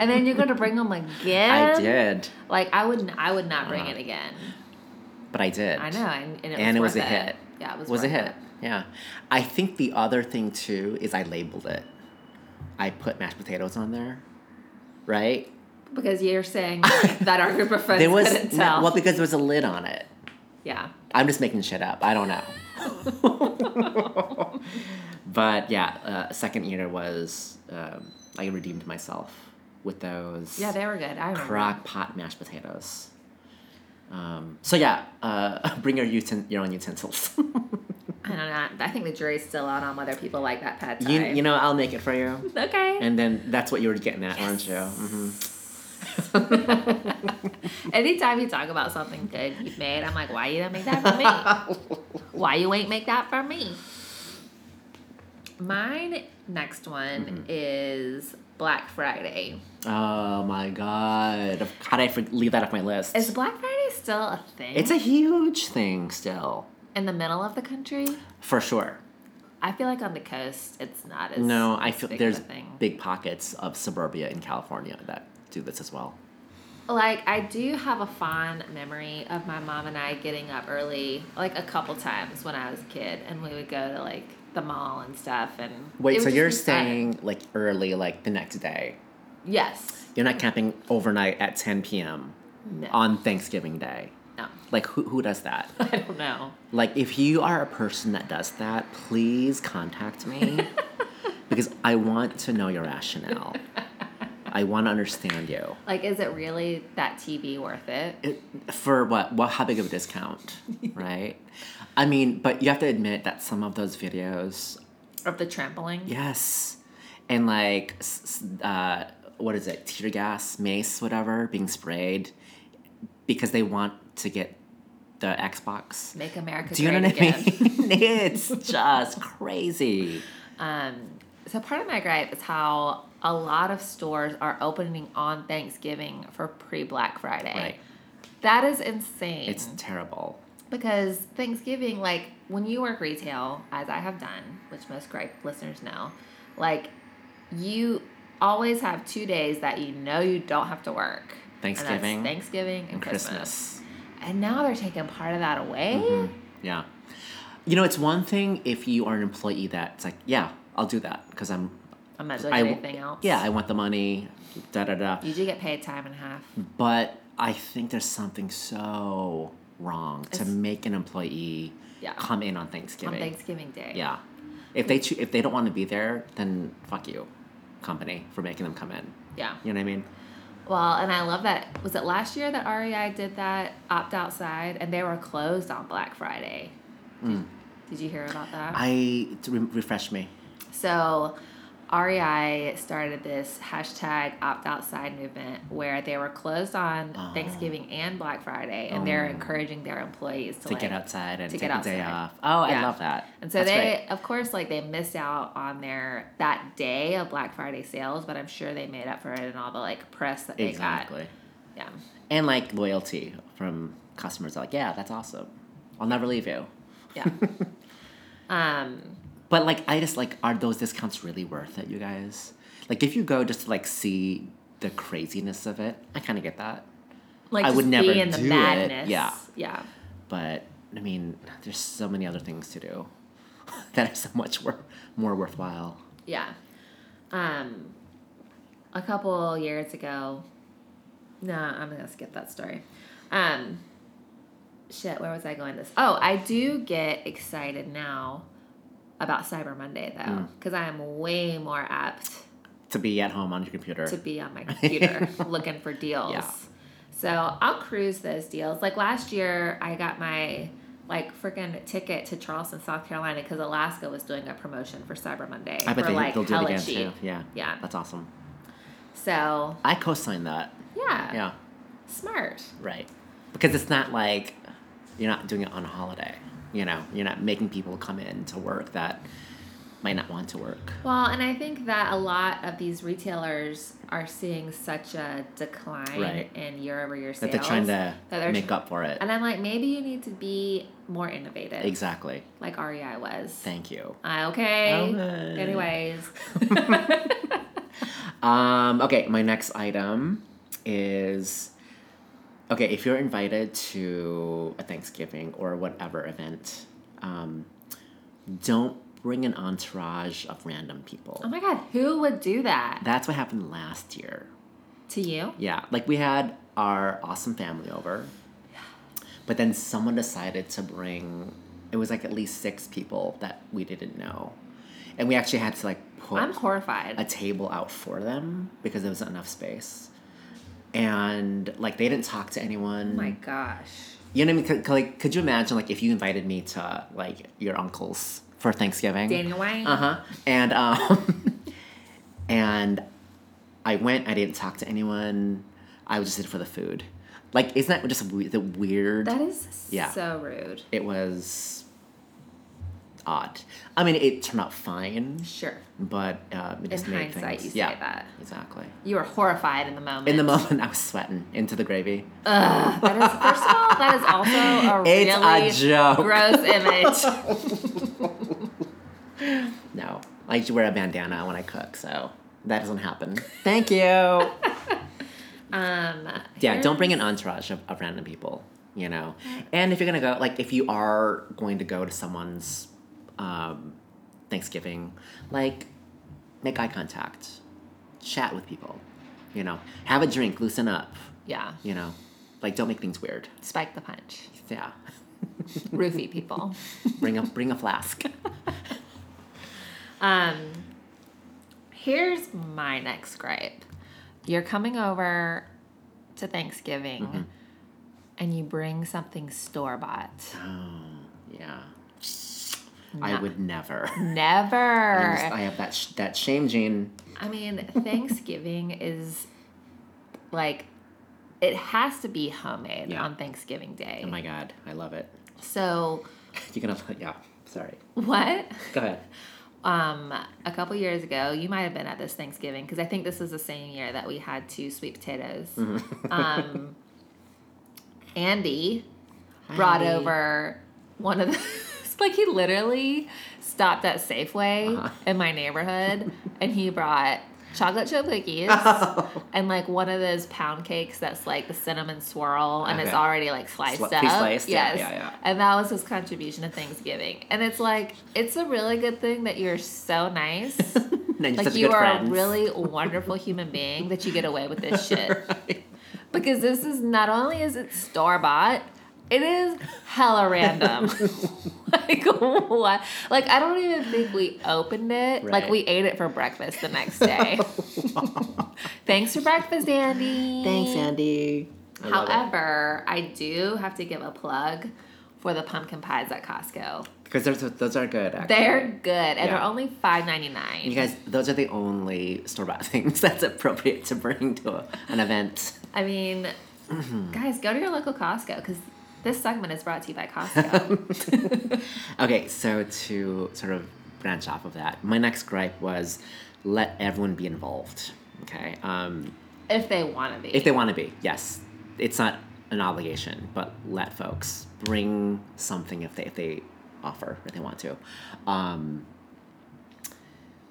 [SPEAKER 1] And then you're going to bring them again?
[SPEAKER 2] [laughs] I did.
[SPEAKER 1] Like I wouldn't I would not bring
[SPEAKER 2] Uh-huh.
[SPEAKER 1] it again.
[SPEAKER 2] But I did.
[SPEAKER 1] I know and, and it was,
[SPEAKER 2] and it was a
[SPEAKER 1] worth
[SPEAKER 2] hit.
[SPEAKER 1] Yeah, it was
[SPEAKER 2] a
[SPEAKER 1] worth
[SPEAKER 2] hit.
[SPEAKER 1] it.
[SPEAKER 2] Yeah, I think the other thing too is I labeled it. I put mashed potatoes on there, right? [laughs]
[SPEAKER 1] Because you're saying that our group of friends
[SPEAKER 2] there was
[SPEAKER 1] couldn't
[SPEAKER 2] no-
[SPEAKER 1] tell.
[SPEAKER 2] well because there was a lid on it.
[SPEAKER 1] Yeah.
[SPEAKER 2] I'm just making shit up. I don't know. [laughs] but yeah, uh, second year was um, I redeemed myself with those
[SPEAKER 1] Yeah, they were good. I remember.
[SPEAKER 2] crock pot mashed potatoes. Um, so yeah, uh, [laughs] bring your uten- your own utensils. [laughs]
[SPEAKER 1] I don't know. I think the jury's still out on whether people like that pad thai.
[SPEAKER 2] you, you know I'll make it for you,
[SPEAKER 1] [laughs] okay.
[SPEAKER 2] and then that's what you were getting at, aren't you? hmm
[SPEAKER 1] Anytime you talk about something good you've made, I'm like, why you didn't make that for me?
[SPEAKER 2] [laughs]
[SPEAKER 1] why you ain't make that for me? Mine next one
[SPEAKER 2] Mm-hmm.
[SPEAKER 1] is Black Friday.
[SPEAKER 2] Oh my god! How did I for- leave that off my list?
[SPEAKER 1] Is Black Friday still a thing
[SPEAKER 2] it's a huge thing still,
[SPEAKER 1] in the middle of the country?
[SPEAKER 2] for sure.
[SPEAKER 1] I feel like on the coast, it's not as
[SPEAKER 2] No, I
[SPEAKER 1] as
[SPEAKER 2] feel
[SPEAKER 1] big of a
[SPEAKER 2] there's
[SPEAKER 1] thing.
[SPEAKER 2] big pockets of suburbia in California that do this as well.
[SPEAKER 1] Like I do have a fond memory of my mom and I getting up early, like a couple times when I was a kid, and we would go to like the mall and stuff. And it
[SPEAKER 2] Wait,
[SPEAKER 1] would
[SPEAKER 2] so
[SPEAKER 1] just
[SPEAKER 2] you're
[SPEAKER 1] be fun.
[SPEAKER 2] staying like early, like the next day.
[SPEAKER 1] yes?
[SPEAKER 2] You're not camping overnight at 10 p.m.
[SPEAKER 1] No,
[SPEAKER 2] on Thanksgiving Day.
[SPEAKER 1] no, [laughs]
[SPEAKER 2] Like, who, who does that?
[SPEAKER 1] I don't know.
[SPEAKER 2] like, if you are a person that does that, please contact
[SPEAKER 1] [laughs]
[SPEAKER 2] me because I want to know your rationale. I want to understand you.
[SPEAKER 1] Like, is it really that TV worth it?
[SPEAKER 2] It, for what? Well, how big of
[SPEAKER 1] [laughs]
[SPEAKER 2] a discount, right? I mean, but you have to admit that some of those videos
[SPEAKER 1] Of the trampling?
[SPEAKER 2] Yes. And like, s- s- uh, what is it? Tear gas, mace, whatever, being sprayed because they want to get the Xbox.
[SPEAKER 1] Make America
[SPEAKER 2] Do you know
[SPEAKER 1] great
[SPEAKER 2] what I
[SPEAKER 1] again.
[SPEAKER 2] mean? [laughs] it's just crazy.
[SPEAKER 1] Um, so part of my gripe is how a lot of stores are opening on Thanksgiving for pre Black Friday.
[SPEAKER 2] Right.
[SPEAKER 1] That is insane.
[SPEAKER 2] It's terrible.
[SPEAKER 1] because Thanksgiving, like when you work retail, as I have done, which most great listeners know, like you always have two days that you know you don't have to work. And that's
[SPEAKER 2] Thanksgiving
[SPEAKER 1] Thanksgiving, and,
[SPEAKER 2] And
[SPEAKER 1] Christmas.
[SPEAKER 2] Christmas. Mm-hmm.
[SPEAKER 1] And now they're taking part of that away.
[SPEAKER 2] Yeah. You know, it's one thing if you are an employee that's like, yeah, I'll do that because I'm,
[SPEAKER 1] I'm not doing
[SPEAKER 2] I w-
[SPEAKER 1] anything else.
[SPEAKER 2] yeah, I want the money, da da da.
[SPEAKER 1] you do get paid time and a half.
[SPEAKER 2] But I think there's something so wrong to
[SPEAKER 1] It's-
[SPEAKER 2] make an employee
[SPEAKER 1] Yeah.
[SPEAKER 2] come in on Thanksgiving.
[SPEAKER 1] On Thanksgiving Day.
[SPEAKER 2] yeah. If they choo- if they don't want to be there, then fuck you, company for making them come in.
[SPEAKER 1] Yeah.
[SPEAKER 2] You know what I mean?
[SPEAKER 1] Well, and I love that. Was it last year that REI did that opt outside and they were closed on Black Friday? Did, did you hear about that?
[SPEAKER 2] Hmm. I to re- refresh me.
[SPEAKER 1] So REI started this hashtag opt outside movement where they were closed on
[SPEAKER 2] Oh.
[SPEAKER 1] Thanksgiving and Black Friday and they're
[SPEAKER 2] Oh.
[SPEAKER 1] encouraging their employees to,
[SPEAKER 2] To
[SPEAKER 1] like,
[SPEAKER 2] get outside and
[SPEAKER 1] to
[SPEAKER 2] take
[SPEAKER 1] get
[SPEAKER 2] a day
[SPEAKER 1] outside.
[SPEAKER 2] off. Oh, I
[SPEAKER 1] Yeah.
[SPEAKER 2] love that.
[SPEAKER 1] And so
[SPEAKER 2] That's
[SPEAKER 1] they
[SPEAKER 2] great.
[SPEAKER 1] of course like they missed out on their that day of Black Friday sales, but I'm sure they made up for it in all the like press that they
[SPEAKER 2] exactly.
[SPEAKER 1] got. Yeah.
[SPEAKER 2] And like loyalty from customers, like yeah, that's awesome. I'll never leave you.
[SPEAKER 1] Yeah. [laughs] um
[SPEAKER 2] But like, I just like, are those discounts really worth it, you guys? Like, if you go just to like see the craziness of it, I kind of get that.
[SPEAKER 1] like
[SPEAKER 2] I
[SPEAKER 1] just
[SPEAKER 2] would never
[SPEAKER 1] be in the
[SPEAKER 2] do it.
[SPEAKER 1] madness.
[SPEAKER 2] Yeah.
[SPEAKER 1] Yeah.
[SPEAKER 2] But I mean, there's so many other things to do [laughs] that are so much wor- more worthwhile.
[SPEAKER 1] Yeah. Um, a couple years ago. No, I'm gonna skip that story. Um, shit, where was I going? with This. Oh, I do get excited now about Cyber Monday though,
[SPEAKER 2] Mm.
[SPEAKER 1] because I am way more apt
[SPEAKER 2] To be at home on your computer.
[SPEAKER 1] to be
[SPEAKER 2] [laughs]
[SPEAKER 1] on my computer looking for deals.
[SPEAKER 2] Yeah.
[SPEAKER 1] So I'll cruise those deals. Like last year, I got my like freaking ticket to Charleston, South Carolina, because Alaska was doing a promotion for Cyber Monday
[SPEAKER 2] I bet
[SPEAKER 1] for
[SPEAKER 2] they,
[SPEAKER 1] like
[SPEAKER 2] they'll do it
[SPEAKER 1] hella
[SPEAKER 2] again
[SPEAKER 1] cheap.
[SPEAKER 2] too. Yeah.
[SPEAKER 1] Yeah.
[SPEAKER 2] That's awesome.
[SPEAKER 1] So
[SPEAKER 2] I co sign that.
[SPEAKER 1] yeah,
[SPEAKER 2] Yeah.
[SPEAKER 1] smart.
[SPEAKER 2] Right. Because it's not like you're not doing it on a holiday. You know, you're not making people come in to work that might not want to work.
[SPEAKER 1] Well, and I think that a lot of these retailers are seeing such a decline
[SPEAKER 2] Right.
[SPEAKER 1] in year over year
[SPEAKER 2] That
[SPEAKER 1] sales
[SPEAKER 2] they're trying to
[SPEAKER 1] that they're-
[SPEAKER 2] make up for it.
[SPEAKER 1] And I'm like, maybe you need to be more innovative,
[SPEAKER 2] Exactly.
[SPEAKER 1] like REI was.
[SPEAKER 2] Thank Oh, you.
[SPEAKER 1] Uh, okay.
[SPEAKER 2] Alright. [laughs]
[SPEAKER 1] Anyways,
[SPEAKER 2] Um, okay, my next item is okay, if you're invited to a Thanksgiving or whatever event, um, don't bring an entourage of random people.
[SPEAKER 1] oh my god, who would do that
[SPEAKER 2] That's what happened last year.
[SPEAKER 1] to you?
[SPEAKER 2] Yeah, like we had our awesome family over. But then someone decided to bring. It was like at least six people that we didn't know, and we actually had to like put
[SPEAKER 1] I'm horrified.
[SPEAKER 2] a table out for them because there wasn't enough space. And like they didn't talk to anyone.
[SPEAKER 1] Oh my gosh.
[SPEAKER 2] you know what I mean? Could, could, like, could you imagine like if you invited me to like your uncle's for Thanksgiving?
[SPEAKER 1] Daniel Wayne.
[SPEAKER 2] Uh huh. And um, [laughs] and I went. I didn't talk to anyone. I was just in it for the food. Like, isn't that just we- the weird?
[SPEAKER 1] That is
[SPEAKER 2] Yeah.
[SPEAKER 1] so rude.
[SPEAKER 2] it was odd. I mean, it turned out fine,
[SPEAKER 1] Sure.
[SPEAKER 2] but uh, it just made
[SPEAKER 1] hindsight,
[SPEAKER 2] things.
[SPEAKER 1] you say
[SPEAKER 2] yeah,
[SPEAKER 1] that.
[SPEAKER 2] exactly.
[SPEAKER 1] You were horrified in the moment.
[SPEAKER 2] In the moment, I was sweating into the gravy.
[SPEAKER 1] that is, first of all,
[SPEAKER 2] [laughs]
[SPEAKER 1] that is also a
[SPEAKER 2] It's a
[SPEAKER 1] Oh, really
[SPEAKER 2] joke.
[SPEAKER 1] gross
[SPEAKER 2] [laughs]
[SPEAKER 1] image.
[SPEAKER 2] No, I usually wear a bandana when I cook, so that doesn't happen. Thank you.
[SPEAKER 1] Um,
[SPEAKER 2] Yeah, don't bring an entourage of, of random people, you know. And if you're gonna go, like, if you are going to go to someone's um, Thanksgiving, like, make eye contact, chat with people, you know, have a drink, loosen up,
[SPEAKER 1] Yeah,
[SPEAKER 2] you know, like, don't make things weird.
[SPEAKER 1] spike the punch.
[SPEAKER 2] Yeah, [laughs]
[SPEAKER 1] Roofie people.
[SPEAKER 2] bring a bring
[SPEAKER 1] [laughs]
[SPEAKER 2] a flask.
[SPEAKER 1] Um, here's my next gripe. You're coming over to Thanksgiving and you bring something store bought.
[SPEAKER 2] Oh, yeah. I would never.
[SPEAKER 1] Never.
[SPEAKER 2] [laughs] I, just- I have that sh- that shame gene.
[SPEAKER 1] I mean, Thanksgiving is like it has to be homemade
[SPEAKER 2] Yeah.
[SPEAKER 1] on Thanksgiving Day.
[SPEAKER 2] Oh my god, I love it. [laughs]
[SPEAKER 1] so
[SPEAKER 2] You're gonna, yeah. Sorry.
[SPEAKER 1] what? [laughs]
[SPEAKER 2] Go ahead.
[SPEAKER 1] Um, a couple years ago, you might have been at this Thanksgiving because I think this was the same year that we had two sweet potatoes. [laughs]
[SPEAKER 2] Mm-hmm.
[SPEAKER 1] um, Andy brought
[SPEAKER 2] Hi.
[SPEAKER 1] over one of those. [laughs] Like he literally stopped at Safeway
[SPEAKER 2] Uh-huh.
[SPEAKER 1] in my neighborhood, and he brought chocolate chip
[SPEAKER 2] [laughs]
[SPEAKER 1] cookies
[SPEAKER 2] Oh.
[SPEAKER 1] and like one of those pound cakes that's like the cinnamon swirl, and it's
[SPEAKER 2] Okay.
[SPEAKER 1] already like sliced
[SPEAKER 2] Sli-
[SPEAKER 1] up.
[SPEAKER 2] pre-sliced, yeah,
[SPEAKER 1] yes,
[SPEAKER 2] yeah, yeah.
[SPEAKER 1] and that was his contribution to Thanksgiving. And it's like it's a really good thing that you're so nice.
[SPEAKER 2] Then [laughs] you're
[SPEAKER 1] Like
[SPEAKER 2] such a
[SPEAKER 1] you
[SPEAKER 2] good
[SPEAKER 1] are
[SPEAKER 2] friend.
[SPEAKER 1] a
[SPEAKER 2] [laughs]
[SPEAKER 1] really wonderful human being that you get away with this shit.
[SPEAKER 2] Right.
[SPEAKER 1] Because this is not only is it store bought, it is hella
[SPEAKER 2] [laughs]
[SPEAKER 1] random. [laughs] like what? Like I don't even think we opened it. Like
[SPEAKER 2] Right.
[SPEAKER 1] we ate it for breakfast the
[SPEAKER 2] [laughs]
[SPEAKER 1] next day. [laughs] Thanks for breakfast, Andy.
[SPEAKER 2] Thanks, Andy. I love it.
[SPEAKER 1] However, I do have to give a plug for the pumpkin pies at Costco.
[SPEAKER 2] because those are, those are good. Actually.
[SPEAKER 1] They're good and they're
[SPEAKER 2] Yeah.
[SPEAKER 1] only five ninety nine.
[SPEAKER 2] you guys, those are the only store bought [laughs] things that's appropriate to bring to a, an event.
[SPEAKER 1] I mean,
[SPEAKER 2] Mm-hmm.
[SPEAKER 1] guys, go to your local Costco because this segment is brought to you by
[SPEAKER 2] [laughs]
[SPEAKER 1] Costco.
[SPEAKER 2] Okay, so to sort of branch off of that, my next gripe was let everyone be involved. Okay, um,
[SPEAKER 1] if they want to be.
[SPEAKER 2] if they want to be, yes, it's not an obligation, but let folks bring something if they if they offer if they want to. Um,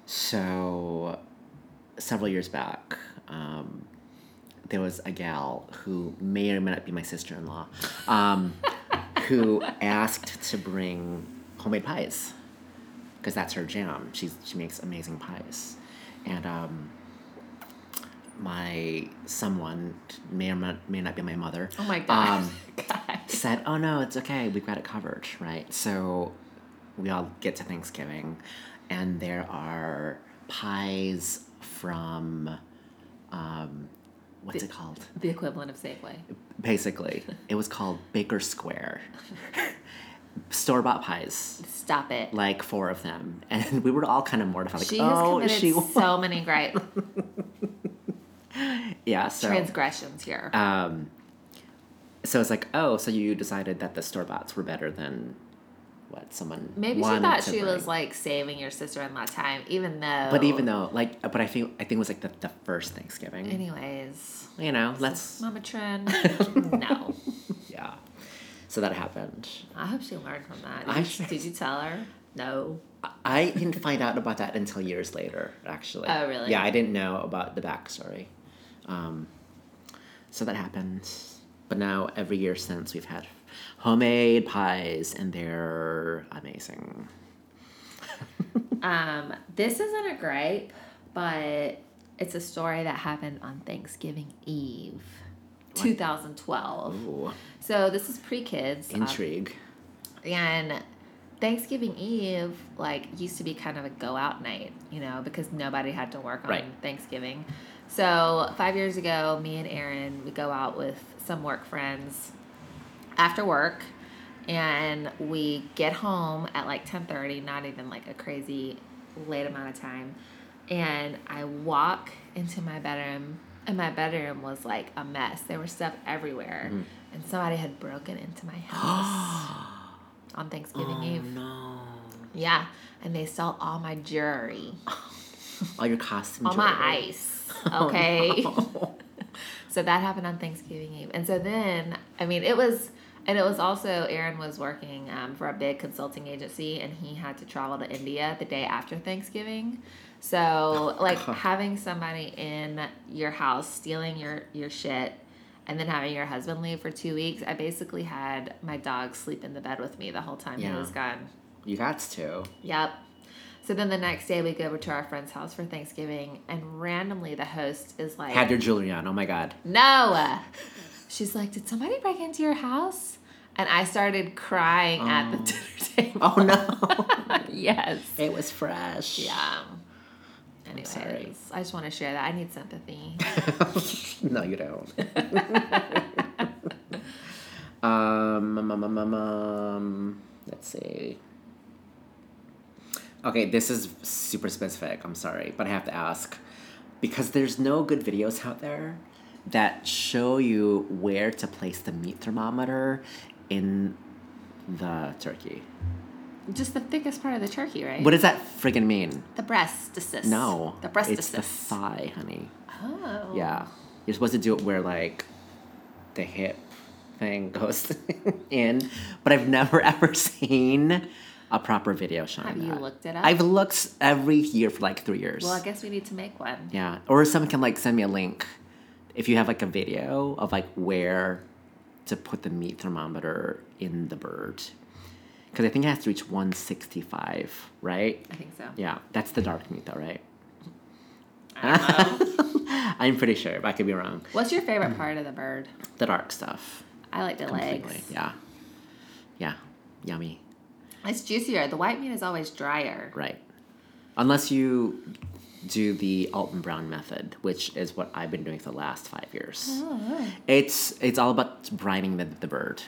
[SPEAKER 2] so, several years back, um, there was a gal who may or may not be my sister in law, um, who asked to bring homemade pies because that's her jam. She's she makes amazing pies, and um, my someone may or not, may not be my mother.
[SPEAKER 1] oh my god, [laughs]
[SPEAKER 2] Um,
[SPEAKER 1] guys.
[SPEAKER 2] said, "Oh no, it's okay. We've got it covered, right?" So we all get to Thanksgiving, and there are pies from, um, what's it called?
[SPEAKER 1] the equivalent of Safeway.
[SPEAKER 2] Basically, it was called Baker Square. [laughs] Store bought pies,
[SPEAKER 1] Stop it.
[SPEAKER 2] like four of them, [laughs] and we were all kind of mortified. Like,
[SPEAKER 1] she has
[SPEAKER 2] oh,
[SPEAKER 1] committed
[SPEAKER 2] she,
[SPEAKER 1] so many great
[SPEAKER 2] [laughs] yeah. So
[SPEAKER 1] transgressions here.
[SPEAKER 2] Um, so it's like, oh, so you decided that the store bots were better than what someone
[SPEAKER 1] Maybe she
[SPEAKER 2] wanted
[SPEAKER 1] thought
[SPEAKER 2] to
[SPEAKER 1] she
[SPEAKER 2] bring.
[SPEAKER 1] was like saving your sister-in-law time, even though.
[SPEAKER 2] But even though, like, but I think I think it was like the, the first Thanksgiving.
[SPEAKER 1] Anyways,
[SPEAKER 2] you know, let's
[SPEAKER 1] Mama
[SPEAKER 2] [laughs]
[SPEAKER 1] Trin. no,
[SPEAKER 2] yeah. So that happened.
[SPEAKER 1] I hope she learned from that.
[SPEAKER 2] I-
[SPEAKER 1] Did, you- did you tell her? No.
[SPEAKER 2] I didn't find out about that until years later, actually.
[SPEAKER 1] Oh, really?
[SPEAKER 2] Yeah, I didn't know about the backstory. Um, so that happened. But now, every year since, we've had homemade pies, and they're amazing.
[SPEAKER 1] Um, this isn't a gripe, but it's a story that happened on Thanksgiving Eve. 2012.
[SPEAKER 2] Ooh,
[SPEAKER 1] So this is uh, pre kids. [gasps]
[SPEAKER 2] intrigue.
[SPEAKER 1] And Thanksgiving Eve, like, used to be kind of a go out night, you know, because nobody had to work on
[SPEAKER 2] Right.
[SPEAKER 1] Thanksgiving. So, five years ago, me and Aaron, we go out with some work friends after work and we get home at like 10.30 not even like a crazy late amount of time and i walk into my bedroom and my bedroom was like a mess there was stuff everywhere and somebody had broken into my house on thanksgiving eve
[SPEAKER 2] Oh, Um, no.
[SPEAKER 1] yeah and they stole all my jewelry
[SPEAKER 2] All your costume.
[SPEAKER 1] all my
[SPEAKER 2] jewelry. [laughs]
[SPEAKER 1] ice
[SPEAKER 2] Oh,
[SPEAKER 1] okay
[SPEAKER 2] no.
[SPEAKER 1] [laughs] So that happened on Thanksgiving Eve, and so then I mean it was, and it was also Aaron was working um, for a big consulting agency, and he had to travel to India the day after Thanksgiving.
[SPEAKER 2] [laughs]
[SPEAKER 1] So like having somebody in your house stealing your your shit, and then having your husband leave for two weeks, I basically had my dog sleep in the bed with me the whole time he
[SPEAKER 2] Yeah.
[SPEAKER 1] was gone.
[SPEAKER 2] You got to.
[SPEAKER 1] Yep. So then the next day we go over to our friend's house for Thanksgiving, and randomly the host is like,
[SPEAKER 2] Had your jewelry on. Oh my god.
[SPEAKER 1] no. She's like, Did somebody break into your house? And I started crying at the [laughs] dinner table.
[SPEAKER 2] Um. Oh no.
[SPEAKER 1] [laughs] yes.
[SPEAKER 2] it was fresh.
[SPEAKER 1] Yeah. Anyways,
[SPEAKER 2] sorry.
[SPEAKER 1] I just want to share that. I need sympathy.
[SPEAKER 2] no, you
[SPEAKER 1] [laughs]
[SPEAKER 2] don't. um, um, um, um, um, um, let's see. Okay, this is super specific. I'm sorry, but I have to ask because there's no good videos out there that show you where to place the meat thermometer in the turkey.
[SPEAKER 1] just the thickest part of the turkey, right?
[SPEAKER 2] What does that friggin' mean?
[SPEAKER 1] the breast assist.
[SPEAKER 2] No,
[SPEAKER 1] The breast
[SPEAKER 2] It's the
[SPEAKER 1] assist.
[SPEAKER 2] thigh, honey.
[SPEAKER 1] oh.
[SPEAKER 2] Yeah. You're supposed to do it where like the hip thing goes [laughs] in, but I've never [laughs] ever seen a proper video showing
[SPEAKER 1] Have
[SPEAKER 2] that.
[SPEAKER 1] you looked it up?
[SPEAKER 2] I've looked every year for like three years.
[SPEAKER 1] well, I guess we need to make one.
[SPEAKER 2] yeah. Or someone can like send me a link if you have like a video of like where to put the meat thermometer in the bird. Because I think it has to reach 165, right?
[SPEAKER 1] I think so.
[SPEAKER 2] Yeah, that's the dark meat though, right?
[SPEAKER 1] I don't know.
[SPEAKER 2] [laughs] I'm pretty sure, but I could be wrong.
[SPEAKER 1] What's your favorite part of the bird?
[SPEAKER 2] The dark stuff.
[SPEAKER 1] I like the
[SPEAKER 2] Mm. Completely.
[SPEAKER 1] legs.
[SPEAKER 2] Yeah. Yeah. Yummy.
[SPEAKER 1] It's juicier. The white meat is always drier.
[SPEAKER 2] Right. Unless you do the Alton Brown method, which is what I've been doing for the last five years.
[SPEAKER 1] Oh.
[SPEAKER 2] It's it's all about brining the, the bird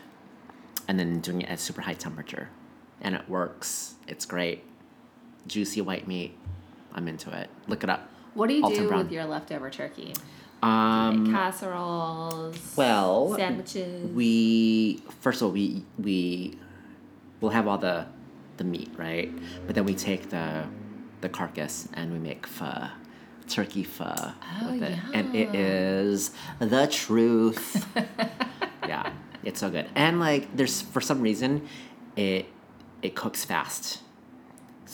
[SPEAKER 2] and then doing it at super high temperature. And it works. It's great. Juicy white meat. I'm into it. Look it up.
[SPEAKER 1] What do you
[SPEAKER 2] Alton
[SPEAKER 1] do
[SPEAKER 2] Brown.
[SPEAKER 1] with your leftover turkey?
[SPEAKER 2] Um,
[SPEAKER 1] casseroles.
[SPEAKER 2] well,
[SPEAKER 1] sandwiches.
[SPEAKER 2] we first of all we we we'll have all the the meat right but then we take the the carcass and we make pho turkey pho
[SPEAKER 1] Oh,
[SPEAKER 2] with it and it is the truth [laughs] yeah it's so good and like there's for some reason it it cooks fast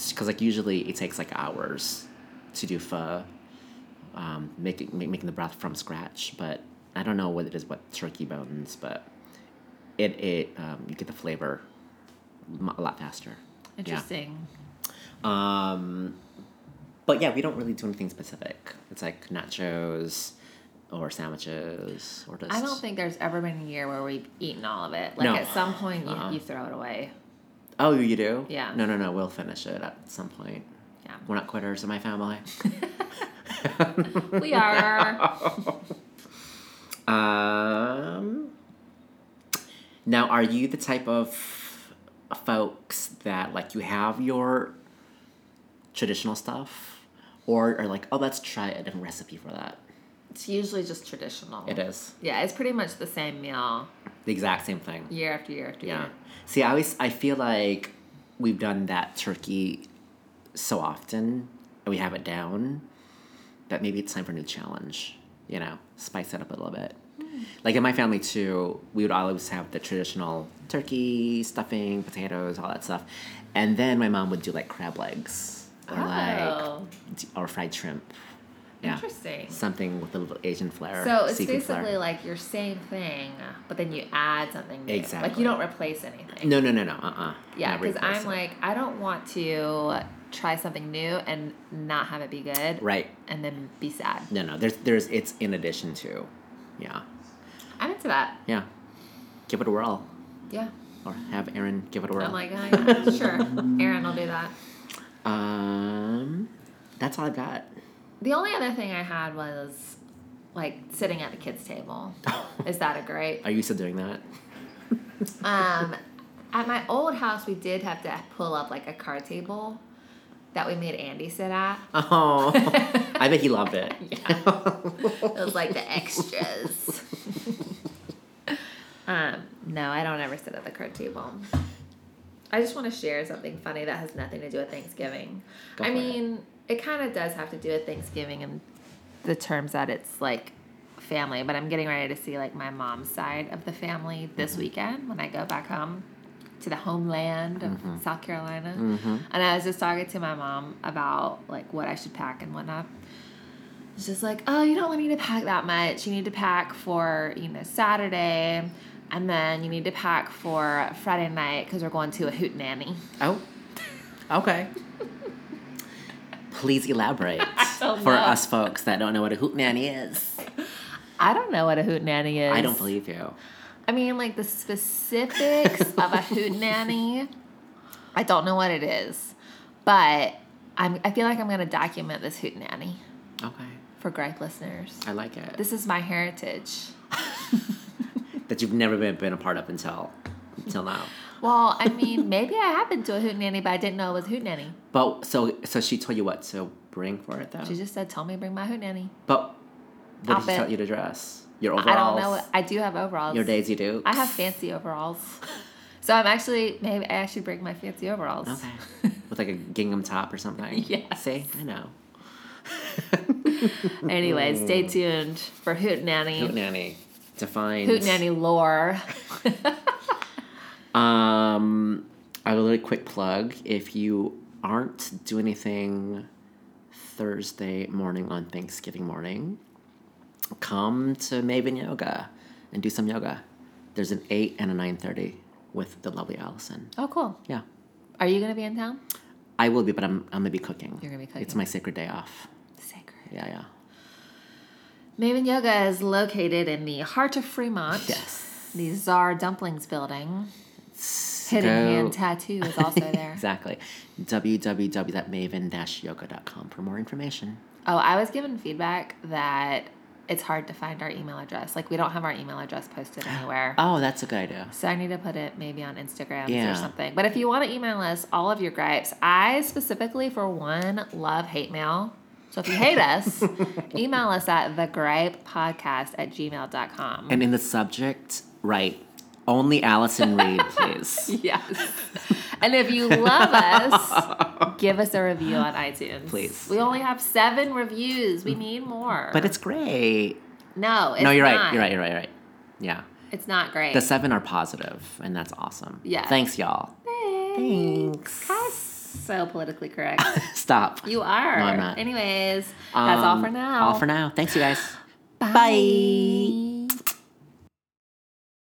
[SPEAKER 2] because like usually it takes like hours to do pho um, making ma- making the broth from scratch. But I don't know what it is, what turkey bones, but it it um, you get the flavor m- a lot faster. Yeah.
[SPEAKER 1] Interesting.
[SPEAKER 2] Um, but yeah, we don't really do anything specific. It's like nachos or sandwiches or just.
[SPEAKER 1] I don't think there's ever been a year where we've eaten all of it. Like
[SPEAKER 2] No.
[SPEAKER 1] at some point, you,
[SPEAKER 2] Uh-uh.
[SPEAKER 1] you throw it away.
[SPEAKER 2] Oh, you do?
[SPEAKER 1] Yeah.
[SPEAKER 2] No, no, no. We'll finish it at some point.
[SPEAKER 1] Yeah,
[SPEAKER 2] We're not quitters in my family.
[SPEAKER 1] we are.
[SPEAKER 2] Um. Now, are you the type of folks that like you have your traditional stuff, or are like, oh, let's try a different recipe for that?
[SPEAKER 1] It's usually just traditional.
[SPEAKER 2] It is
[SPEAKER 1] Yeah, it's pretty much the same meal
[SPEAKER 2] the exact same thing.
[SPEAKER 1] year after year after
[SPEAKER 2] Yeah.
[SPEAKER 1] year.
[SPEAKER 2] See, I always I feel like we've done that turkey so often, and we have it down, that maybe it's time for a new challenge. You know, spice it up a little bit.
[SPEAKER 1] Hmm.
[SPEAKER 2] Like in my family too, we would always have the traditional turkey stuffing, potatoes, all that stuff, and then my mom would do like crab legs or
[SPEAKER 1] Oh.
[SPEAKER 2] like d- or fried shrimp. Yeah.
[SPEAKER 1] Interesting.
[SPEAKER 2] Something with a little Asian flair.
[SPEAKER 1] So it's
[SPEAKER 2] seafood flair.
[SPEAKER 1] basically like your same thing, but then you add something new. Like
[SPEAKER 2] Exactly.
[SPEAKER 1] you don't replace anything.
[SPEAKER 2] no, no, no, no. Uh, uh
[SPEAKER 1] Yeah, because I'm like, I don't want to try something new and not have it be good.
[SPEAKER 2] right.
[SPEAKER 1] and then be sad.
[SPEAKER 2] No, no. There's there's it's in addition to, yeah.
[SPEAKER 1] I'm into that.
[SPEAKER 2] Yeah. Give it a whirl.
[SPEAKER 1] Yeah.
[SPEAKER 2] Or have Aaron give it a whirl.
[SPEAKER 1] I'm like, oh, yeah, sure. Aaron will do that.
[SPEAKER 2] um, that's all I've got.
[SPEAKER 1] The only other thing I had was like sitting at the kids'
[SPEAKER 2] [laughs]
[SPEAKER 1] table. Is that a great?
[SPEAKER 2] Are you still doing that? [laughs]
[SPEAKER 1] Um, at my old house, we did have to pull up like a card table that we made Andy sit at. [laughs]
[SPEAKER 2] Oh, [laughs] I bet he loved it.
[SPEAKER 1] It was like the
[SPEAKER 2] [laughs]
[SPEAKER 1] extras. um, no, I don't ever sit at the card table. I just want to share something funny that has nothing to do with Thanksgiving.
[SPEAKER 2] Go
[SPEAKER 1] I
[SPEAKER 2] for it.
[SPEAKER 1] mean, it kind of does have to do with Thanksgiving and the terms that it's like family, but I'm getting ready to see like my mom's side of the family this
[SPEAKER 2] Mm-hmm.
[SPEAKER 1] weekend when I go back home to the homeland of
[SPEAKER 2] Mm-hmm.
[SPEAKER 1] South Carolina. And I was just talking to my mom about like what I should pack and whatnot. It's just like, oh, you don't really need to pack that much. You need to pack for, you know, Saturday. And then you need to pack for Friday night because we're going to a hoot nanny.
[SPEAKER 2] Oh, okay. Please
[SPEAKER 1] [laughs]
[SPEAKER 2] elaborate
[SPEAKER 1] don't
[SPEAKER 2] for
[SPEAKER 1] know.
[SPEAKER 2] us folks that don't know what a hoot nanny is.
[SPEAKER 1] I don't know what a hoot nanny is.
[SPEAKER 2] I don't believe you.
[SPEAKER 1] I mean, like the [laughs] specifics of a hoot nanny. I don't know what it is, but I'm. I feel like I'm gonna document this hoot nanny
[SPEAKER 2] Okay,
[SPEAKER 1] for gripe listeners.
[SPEAKER 2] I like it.
[SPEAKER 1] This is my heritage.
[SPEAKER 2] that you've never been, been a part of until
[SPEAKER 1] [laughs]
[SPEAKER 2] until now.
[SPEAKER 1] Well, I [laughs] mean, maybe I have been to a hoot nanny, but I didn't know it was hoot nanny.
[SPEAKER 2] But so so she told you what to bring for it though.
[SPEAKER 1] She just said, "Tell me, to bring my hoot nanny."
[SPEAKER 2] but what did she
[SPEAKER 1] Outfit.
[SPEAKER 2] tell you to dress? Your
[SPEAKER 1] I don't
[SPEAKER 2] overalls.
[SPEAKER 1] know. I do have overalls.
[SPEAKER 2] Your Daisy Duke.
[SPEAKER 1] I have fancy overalls. So I'm actually maybe I should bring my fancy overalls.
[SPEAKER 2] Okay. [laughs] With like a gingham top or something.
[SPEAKER 1] [laughs] Yes.
[SPEAKER 2] See, I know.
[SPEAKER 1] Anyway, stay
[SPEAKER 2] Mm.
[SPEAKER 1] tuned for Hoot
[SPEAKER 2] Hoot
[SPEAKER 1] Nanny.
[SPEAKER 2] nanny. Defines.
[SPEAKER 1] Hoot Nanny lore.
[SPEAKER 2] Um, I have a really quick plug. If you aren't doing anything Thursday morning on Thanksgiving morning, come to Maven Yoga and do some yoga. There's an eight and a nine thirty with the lovely Allison.
[SPEAKER 1] Oh, cool.
[SPEAKER 2] Yeah,
[SPEAKER 1] Are you gonna be in town?
[SPEAKER 2] I will be, but I'm I'm gonna be cooking.
[SPEAKER 1] You're gonna be
[SPEAKER 2] It's
[SPEAKER 1] cooking.
[SPEAKER 2] my sacred day off.
[SPEAKER 1] Sacred.
[SPEAKER 2] Yeah, yeah.
[SPEAKER 1] Maven Yoga is located in the heart of Fremont.
[SPEAKER 2] Yes.
[SPEAKER 1] The Czar Dumplings building.
[SPEAKER 2] Go-
[SPEAKER 1] Hidden Hand Tattoo is
[SPEAKER 2] [laughs]
[SPEAKER 1] also there.
[SPEAKER 2] exactly. www.maven-yoga.com for more information.
[SPEAKER 1] Oh, I was given feedback that it's hard to find our email address. Like we don't have our email address posted anywhere.
[SPEAKER 2] Oh, that's a good idea.
[SPEAKER 1] So I need to put it maybe on Instagram
[SPEAKER 2] Yeah.
[SPEAKER 1] or something. But if you want to email us all of your gripes, I specifically for one love hate mail. So if you hate
[SPEAKER 2] [laughs]
[SPEAKER 1] us, email us at thegripepodcast at gmail.com.
[SPEAKER 2] And in the subject, write only Allison [laughs] Reed, please.
[SPEAKER 1] [laughs] yes. And if you love
[SPEAKER 2] [laughs]
[SPEAKER 1] us, give us a review on iTunes.
[SPEAKER 2] Please.
[SPEAKER 1] We only have seven reviews. We need more.
[SPEAKER 2] But it's great.
[SPEAKER 1] no, it's
[SPEAKER 2] no, you're right.
[SPEAKER 1] not.
[SPEAKER 2] You're right. You're right. You're right. Yeah.
[SPEAKER 1] It's not great.
[SPEAKER 2] The seven are positive, and that's awesome.
[SPEAKER 1] Yeah.
[SPEAKER 2] Thanks, y'all. Thanks. [laughs]
[SPEAKER 1] so politically correct.
[SPEAKER 2] Stop.
[SPEAKER 1] You are.
[SPEAKER 2] [laughs] No, I'm not.
[SPEAKER 1] Anyways, that's all
[SPEAKER 2] Um,
[SPEAKER 1] for now.
[SPEAKER 2] All for now. Thanks, you guys.
[SPEAKER 1] Bye.